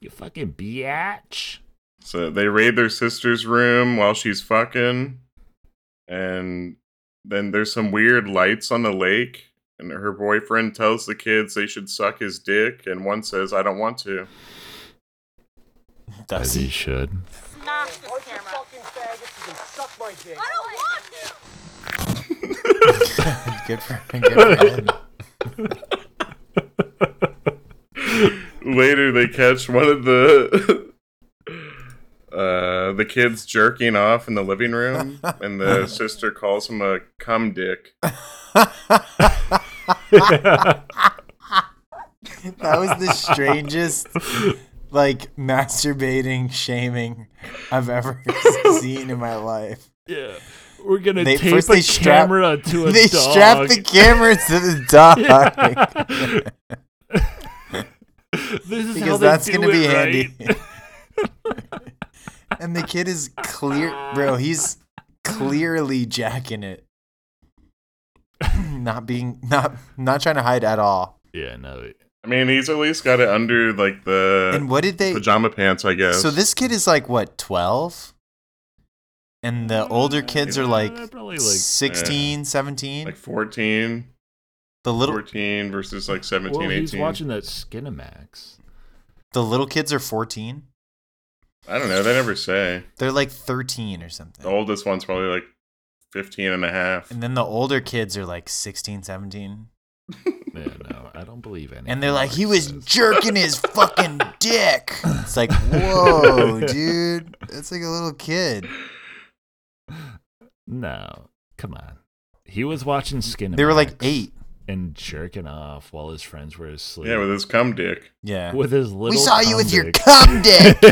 You fucking biatch.
So they raid their sister's room while she's fucking, and then there's some weird lights on the lake. And her boyfriend tells the kids they should suck his dick, and one says, "I don't want to."
Does he?
should.
Good for, good for him.
Later, they catch one of the uh, the kids jerking off in the living room, and the sister calls him a cum dick.
That was the strangest, like, masturbating shaming I've ever seen in my life.
Yeah, we're gonna
They-
tape
first
a
they strap-
camera to a
They
dog.
strapped the camera to the dog.
this is how
because
they
that's
do
gonna be
it, right?
handy. and the kid is clear, bro. He's clearly jacking it, not being not not trying to hide at all.
Yeah, no.
I mean, he's at least got it under like the
And what did they?
pajama pants, I guess.
So this kid is like what twelve, and the older kids are like
Uh, probably like
16, 17.
like 14,
the little
14 versus like 17,
well,
18.
he's watching that Skinamax.
the little kids are fourteen.
I don't know. They never say.
They're like thirteen or something.
The oldest one's probably like 15 and a half.
And then the older kids are like 16, 17.
Yeah, no, I don't believe anything.
And they're like,
Mark
he was
says.
jerking his fucking dick. It's like, whoa, dude. That's like a little kid.
no, come on. He was watching Skinamax.
They were like eight.
and jerking off while his friends were asleep.
Yeah, with his cum dick.
Yeah.
with his little.
We saw
cum
you with your
dick.
cum dick.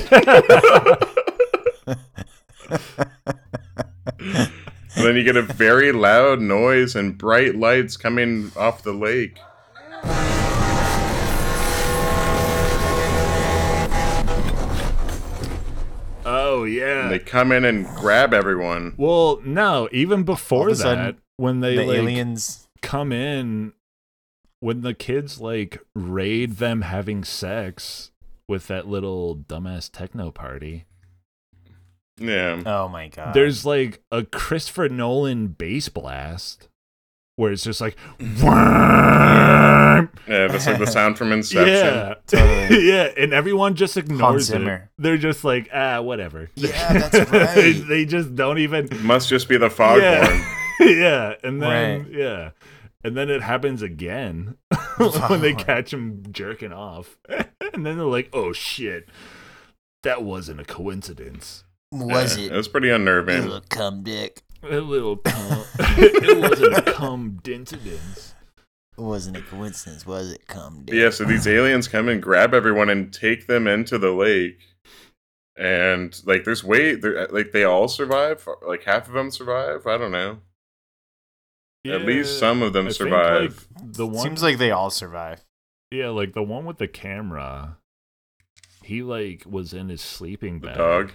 And then you get a very loud noise and bright lights coming off the lake.
Oh yeah.
And they come in and grab everyone.
well, no, even
All
before
of a
that,
sudden,
when they
the
like
aliens.
come in, when the kids like raid them having sex with that little dumbass techno party.
Yeah.
Oh my God.
there's like a Christopher Nolan bass blast where it's just like yeah,
Yeah, that's like the sound from Inception.
Totally.
yeah, and everyone just ignores it.
Zimmer.
They're just like, ah, whatever.
Yeah, that's right.
they just don't even
Must just be the foghorn.
yeah. yeah, and then
Right.
yeah. And then it happens again when they catch him jerking off. and then they're like, oh shit. That wasn't a coincidence.
Was
Yeah,
it?
It was pretty unnerving.
Little cum dick.
A little cum- it wasn't a cum
It wasn't a coincidence. Was it cum dick?
Yeah, so these aliens come and grab everyone and take them into the lake. And like, there's way, there, like they all survive. Like half of them survive. I don't know. At least some of them
I think,
survive.
like, the one,
Seems like they all survive.
yeah, like the one with the camera. He like was in his sleeping
the
bag.
dog.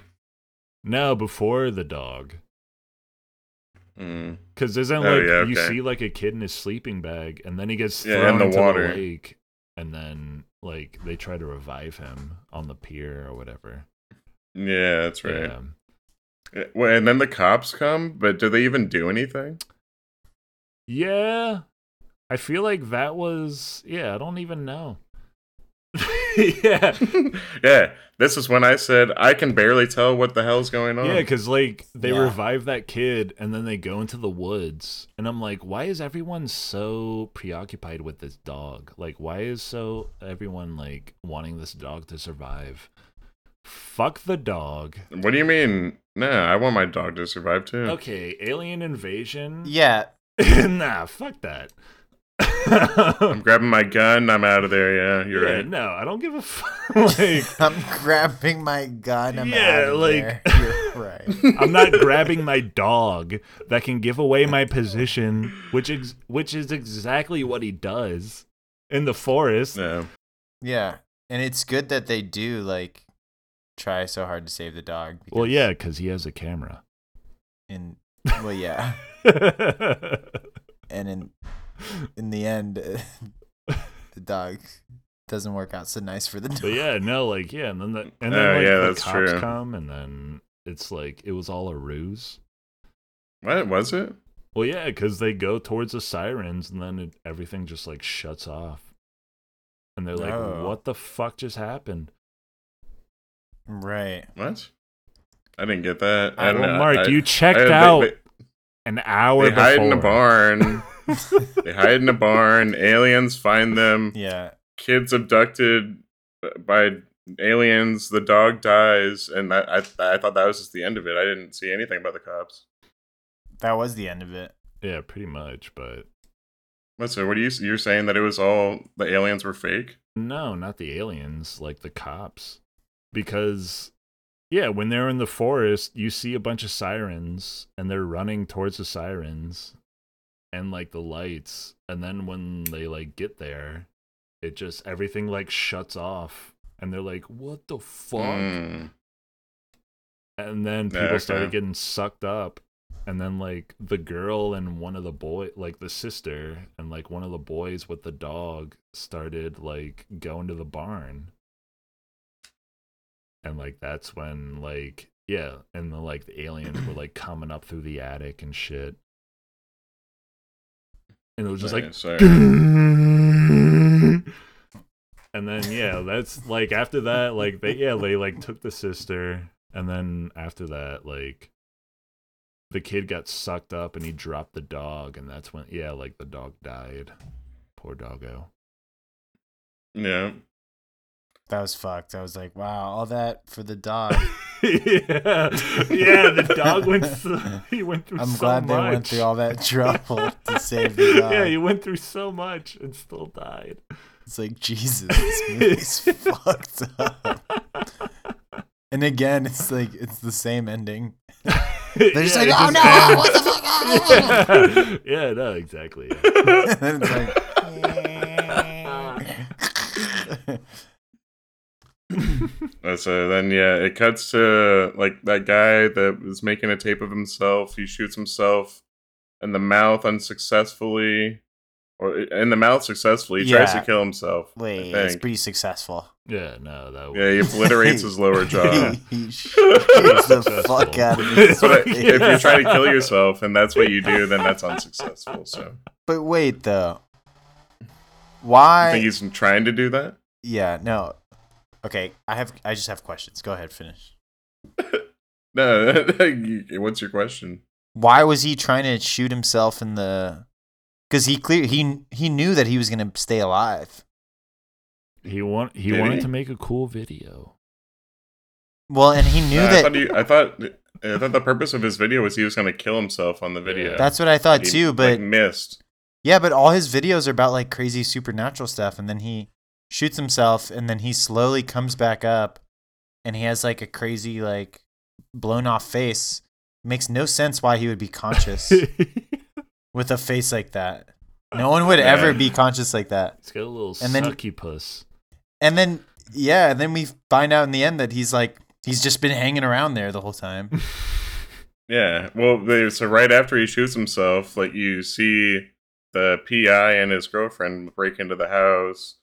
No, before the dog.
Mm.
Because isn't
Oh,
like
yeah,
you
okay.
see like a kid in his sleeping bag, and then he gets
Yeah,
thrown
in the
into
water.
the lake, and then like they try to revive him on the pier or whatever.
Yeah, that's right.
Yeah.
Yeah, Well, and then the cops come, but do they even do anything?
Yeah. I feel like that was yeah. I don't even know. yeah,
yeah, this is when I said I can barely tell what the hell's going on.
yeah, because like they
Yeah.
revive that kid and then they go into the woods, and I'm like, why is everyone so preoccupied with this dog? Like, why is so everyone like wanting this dog to survive? Fuck the dog.
what do you mean? Nah, I want my dog to survive too.
Okay, alien invasion.
Yeah.
nah, fuck that.
I'm grabbing my gun. I'm out of there. Yeah, you're
Yeah,
right.
No, I don't give a fuck. like,
I'm grabbing my gun. I'm
Yeah,
out of
like-
there. You're right.
I'm not grabbing my dog that can give away my position, which is which is exactly what he does in the forest.
Yeah.
Yeah,
And it's good that they do like try so hard to save the dog.
Well, yeah, because he has a camera.
And well, yeah. And in in the end, uh, the dog doesn't work out so nice for the dog.
but yeah, no, like yeah, and then the and then
Oh,
like,
yeah,
the
that's
cops
true.
come, and then it's like it was all a ruse.
What was it?
Well, yeah, because they go towards the sirens, and then it, everything just like shuts off, and they're like,
Oh.
"What the fuck just happened?"
right.
What? I didn't get that. I,
Well,
don't know.
Mark,
I-
you checked
I- they-
out
They,
an hour
they
before.
hide in a barn. they hide in a barn. Aliens find them.
Yeah.
Kids abducted uh, by aliens. The dog dies, and I, I I thought that was just the end of it. I didn't see anything about the cops.
That was the end of it.
Yeah, pretty much, but
Listen, what are you you're saying that it was all the aliens were fake?
No, not the aliens, like the cops. Because, yeah, when they're in the forest, you see a bunch of sirens and they're running towards the sirens and like the lights. And then when they like get there, it just everything like shuts off and they're like, what the fuck?
Mm.
And then
Yeah,
people started
okay.
getting sucked up. And then like the girl and one of the boy, like the sister and like one of the boys with the dog started like going to the barn. And like that's when like yeah, and the like the aliens were like coming up through the attic and shit. And it was just
Okay,
like
sorry.
and then yeah, that's like after that, like they yeah, they like took the sister, and then after that, like the kid got sucked up and he dropped the dog, and that's when yeah, like the dog died. Poor doggo.
yeah.
That was fucked. I was like, wow, all that for the dog.
yeah, yeah, the dog went. Through, he went through.
I'm
so
glad
much.
they went through all that trouble to save the uh, dog.
Yeah, he went through so much and still died.
It's like Jesus, this movie's fucked up.
And again, it's like it's the same ending.
They're
just
"Ah!"
like, "Oh, no, what the fuck?
fuck? yeah, no, exactly. yeah.
and then it's like,
Uh, So then, yeah, it cuts to like that guy that was making a tape of himself. He shoots himself in the mouth unsuccessfully, or in the mouth successfully. He tries
Yeah.
to kill himself. I
Wait,
think.
it's pretty successful.
Yeah, no, that was.
yeah, he obliterates his lower jaw.
he shoots the fuck out of his
That's what I- if
face.
you try to kill yourself and that's what you do, then that's unsuccessful. So
But wait, though.
I
Why?
think he's trying to do that.
Yeah, no. Okay, I have. I just have questions. Go ahead, finish.
No, you- what's your question?
Why was he trying to shoot himself in the? Because he clear he he knew that he was gonna stay alive.
He want he
Did
wanted
he?
to make a cool video.
Well, and he knew
No, I
that
thought he, I thought I thought the purpose of his video was he was going to kill himself on the video.
That's what I thought
He,
too,
like,
but
missed.
yeah, but all his videos are about like crazy supernatural stuff, and then he shoots himself, and then he slowly comes back up, and he has like a crazy like blown off face. Makes no sense why he would be conscious
He's
with a face like that. No one would ever be conscious like that.
got a little
And then-
sucky puss.
And then yeah, and then we find out in the end that he's like he's just been hanging around there the whole time.
Yeah. Well, they, so right after he shoots himself, like you see the PI and his girlfriend break into the house,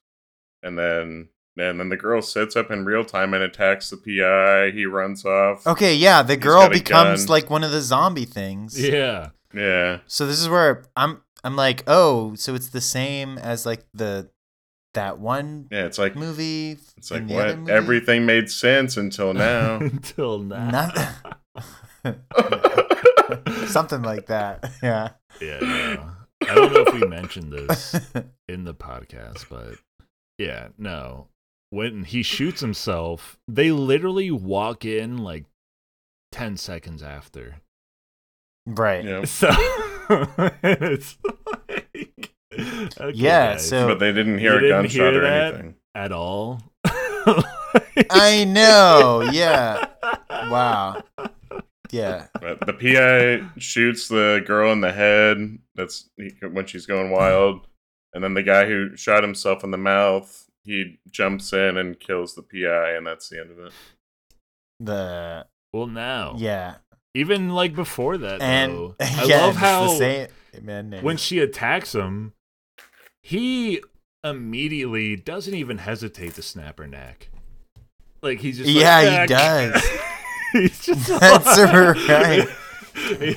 and then and then the girl sits up in real time and attacks the PI. He runs off.
Okay, yeah, the
He's
girl
got a
becomes
gun.
like one of the zombie things.
Yeah,
Yeah.
So this is where I'm I'm like, oh, so it's the same as like the that one
Yeah, it's like
movie.
it's like
and the other
what
movie.
everything made sense until now.
Until now.
Not- something like that. Yeah.
Yeah. No. I don't know if we mentioned this in the podcast, but yeah, no. When he shoots himself, they literally walk in like 10 seconds after.
right.
yeah.
So it's like. okay,
Yeah,
guys,
so-
But they didn't hear
You
a
didn't
gunshot
hear
or
that?
anything.
At all.
I know. Yeah. Wow. Yeah.
But the PI shoots the girl in the head. That's he, when she's going wild. And then the guy who shot himself in the mouth, he jumps in and kills the PI, and that's the end of it.
The
Well, now.
yeah.
Even like before that,
And
though. Oh, I
yeah,
love
it's
how.
the same man name.
when she attacks him, he immediately doesn't even hesitate to snap her neck. Like he's just like,
yeah,
"Neck."
he does.
he's just
That's right.
right.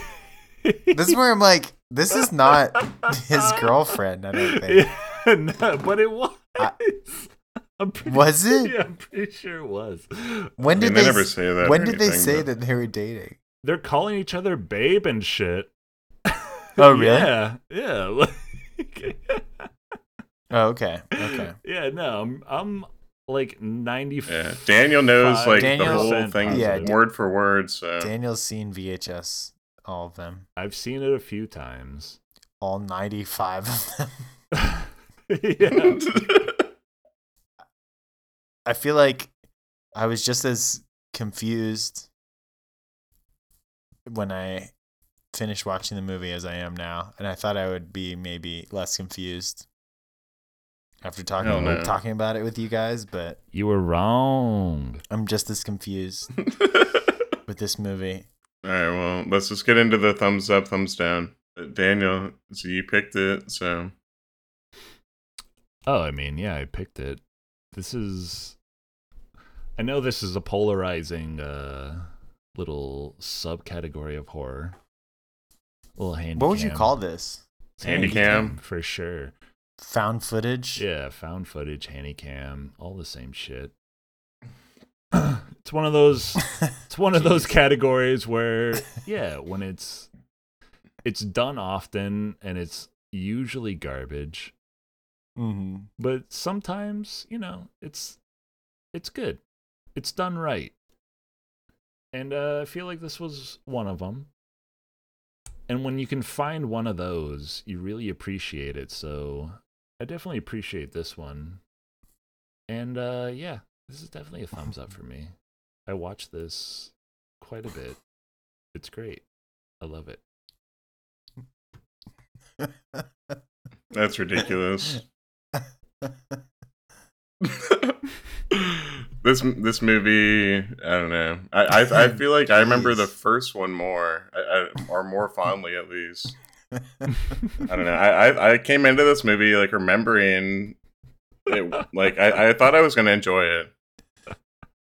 This is where I'm like, this is not his girlfriend, I don't think.
no, but it was. I,
I-
am pretty,
Was it?
Yeah, I'm pretty sure it was.
When
I mean,
did
they
they,
never
s-
say that.
when
or
did they
anything,
say
but-
that they were dating?
They're calling each other babe and shit.
Oh, really?
Yeah. Yeah. like-
Oh, okay. Okay.
Yeah, no, I'm, I'm like 95.
Yeah, Daniel knows like
Daniel's-
the whole thing,
Yeah, Dan-
word for word. So
Daniel's seen VHS, all of them,
I've seen it a few times.
all 95 of them.
yeah.
I feel like I was just as confused when I finished watching the movie as I am now, and I thought I would be maybe less confused after talking
Hell no.
talking about it with you guys, but
You were wrong.
I'm just as confused with this movie.
All right, well, let's just get into the thumbs up, thumbs down. Uh, Daniel, so you picked it, so
Oh, I mean, yeah, I picked it. This is. I know this is a polarizing uh, little subcategory of horror. Little handy.
What would you call this?
Handy cam.
for sure.
Found footage?
Yeah, found footage, handy cam, all the same shit. it's one of those it's one of those categories where yeah, when it's it's done often and it's usually garbage,
Mm-hmm.
but sometimes, you know, it's it's good. It's done right. And uh, I feel like this was one of them. And when you can find one of those, you really appreciate it. So I definitely appreciate this one. And uh, yeah, this is definitely a thumbs up for me. I watch this quite a bit. It's great. I love it.
that's ridiculous. this this movie, I don't know. I I, I feel like I remember the
Jeez.
first one more, I, I, or more fondly at least. I don't know. I, I I came into this movie like remembering, it, like I, I thought I was gonna enjoy it,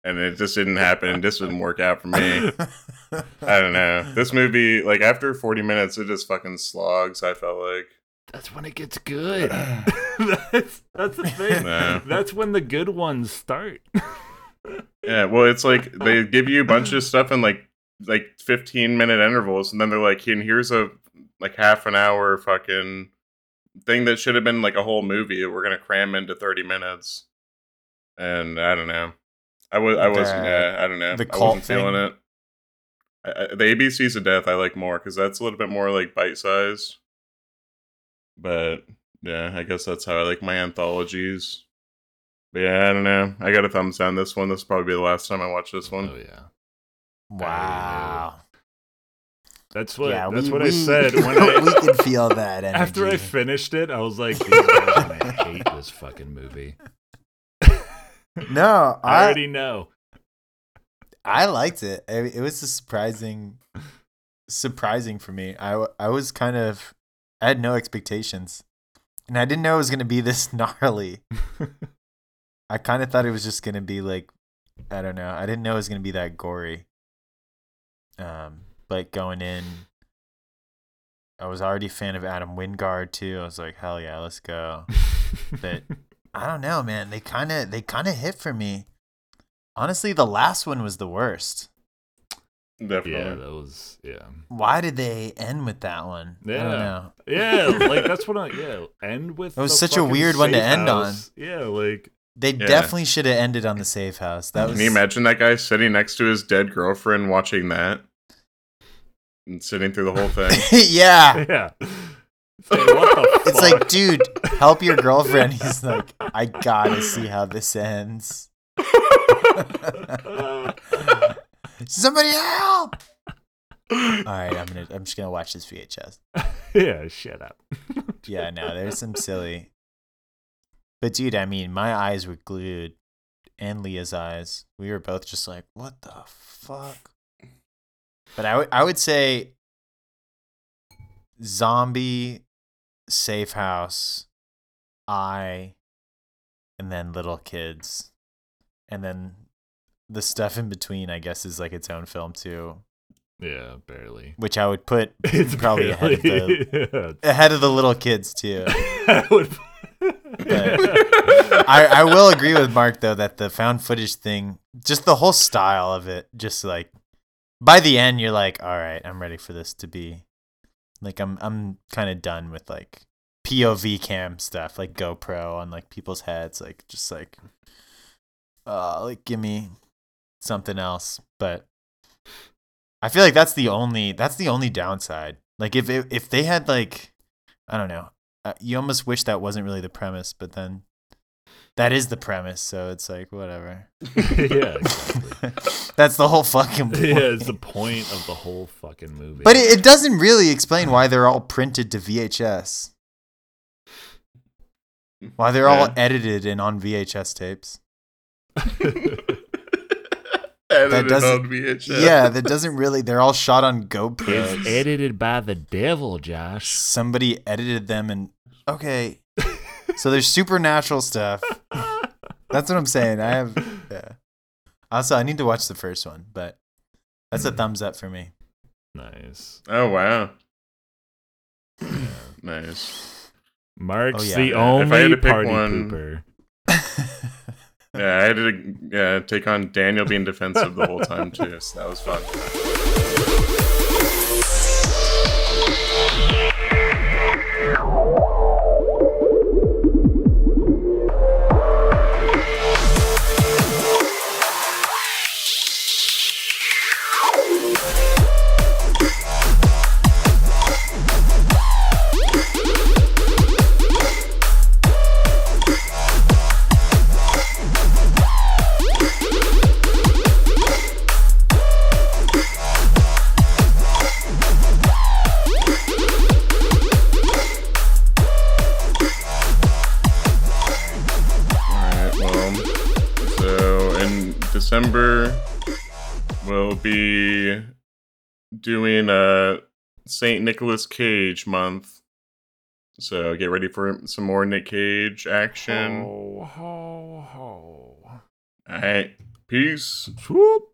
and it just didn't happen. It just didn't work out for me. I don't know. This movie, like after 40 minutes, it just fucking slogs. I felt like
That's when it gets good. that's, that's the thing.
Nah.
That's when the good ones start.
yeah. Well, it's like they give you a bunch of stuff in like like 15 minute intervals, and then they're like, and here's a like half an hour fucking thing that should have been like a whole movie. We're gonna cram into 30 minutes, and I don't know. I was I wasn't.
The-
yeah, I don't know.
the
I wasn't
cult thing?
feeling it. I, I, the ABCs of Death I like more because that's a little bit more like bite sized. But yeah, I guess that's how I like my anthologies. But yeah, I don't know. I got a thumbs down this one. This will probably be the last time I watch this one.
Oh yeah.
Wow.
That's what
yeah,
that's
we-
what I
we-
said when
we
I
can feel that energy.
after I finished it, I was like, These guys are gonna hate this fucking movie.
no,
I
I
already know.
I liked it. I- It was a surprising, surprising for me. I w- I was kind of I had no expectations, and I didn't know it was gonna be this gnarly. I kind of thought it was just gonna be like, I don't know. I didn't know it was gonna be that gory. Um, but going in, I was already a fan of Adam Wingard too. I was like, hell yeah, let's go. But I don't know, man. They kind of they kind of hit for me. Honestly, the last one was the worst.
Definitely.
Yeah, that was yeah.
Why did they end with that one? I don't
Yeah.
know.
Yeah, like that's what I yeah, end with
It was
the
such a
fucking
weird one to
safe
end on.
house. Yeah, like
They
Yeah.
definitely should have ended on the safe house. That was
Can you imagine that guy sitting next to his dead girlfriend watching that and sitting through the whole thing?
yeah.
yeah. It's like, what the
Ah. It's
fuck?
like, dude, help your girlfriend. He's like, I gotta see how this ends. Somebody help! All right, I'm gonna. I'm just gonna watch this VHS.
yeah, shut up.
Yeah, no, there's some silly. But dude, I mean, my eyes were glued, and Leah's eyes. We were both just like, "What the fuck?" But I would, I would say, zombie, safe house, I, and then little kids, and then the stuff in between. I guess is like its own film too,
Yeah, barely.
which I would put
It's
Probably ahead
barely.
of ahead of the little kids too.
yeah. I would-
I, I will agree with Mark though that the found footage thing, just the whole style of it, just like by the end you're like, all right, I'm ready for this to be like I'm I'm kind of done with like POV cam stuff, like GoPro on like people's heads, like just like uh like give me something else. But I feel like that's the only that's the only downside. Like if if, if they had like I don't know. Uh, you almost wish that wasn't really the premise, but then that is the premise, so it's like whatever.
yeah.
That's the whole fucking point.
Yeah, it's the point of the whole fucking movie.
But it, it doesn't really explain why they're all printed to VHS. Why they're all
Yeah.
edited and on VHS tapes.
Edited
doesn't-
on VHS.
Yeah, that doesn't really. They're all shot on GoPros.
it's edited by the devil, Josh.
Somebody edited them and. Okay. so there's supernatural stuff. That's what I'm saying. I have. Yeah. Also, I need to watch the first one, but that's
Hmm.
a thumbs up for me.
Nice.
Oh wow. nice.
Mark's
Oh, yeah.
the
If
I had
only
to pick
party
one-
pooper.
Yeah, I had to yeah, take on Daniel being defensive the whole time too. So that was fun. All right. Well, so in December we'll be doing a Saint Nicholas Cage month. So get ready for some more Nick Cage action.
Ho, Oh, ho, ho.
All right. Peace.
Swoop.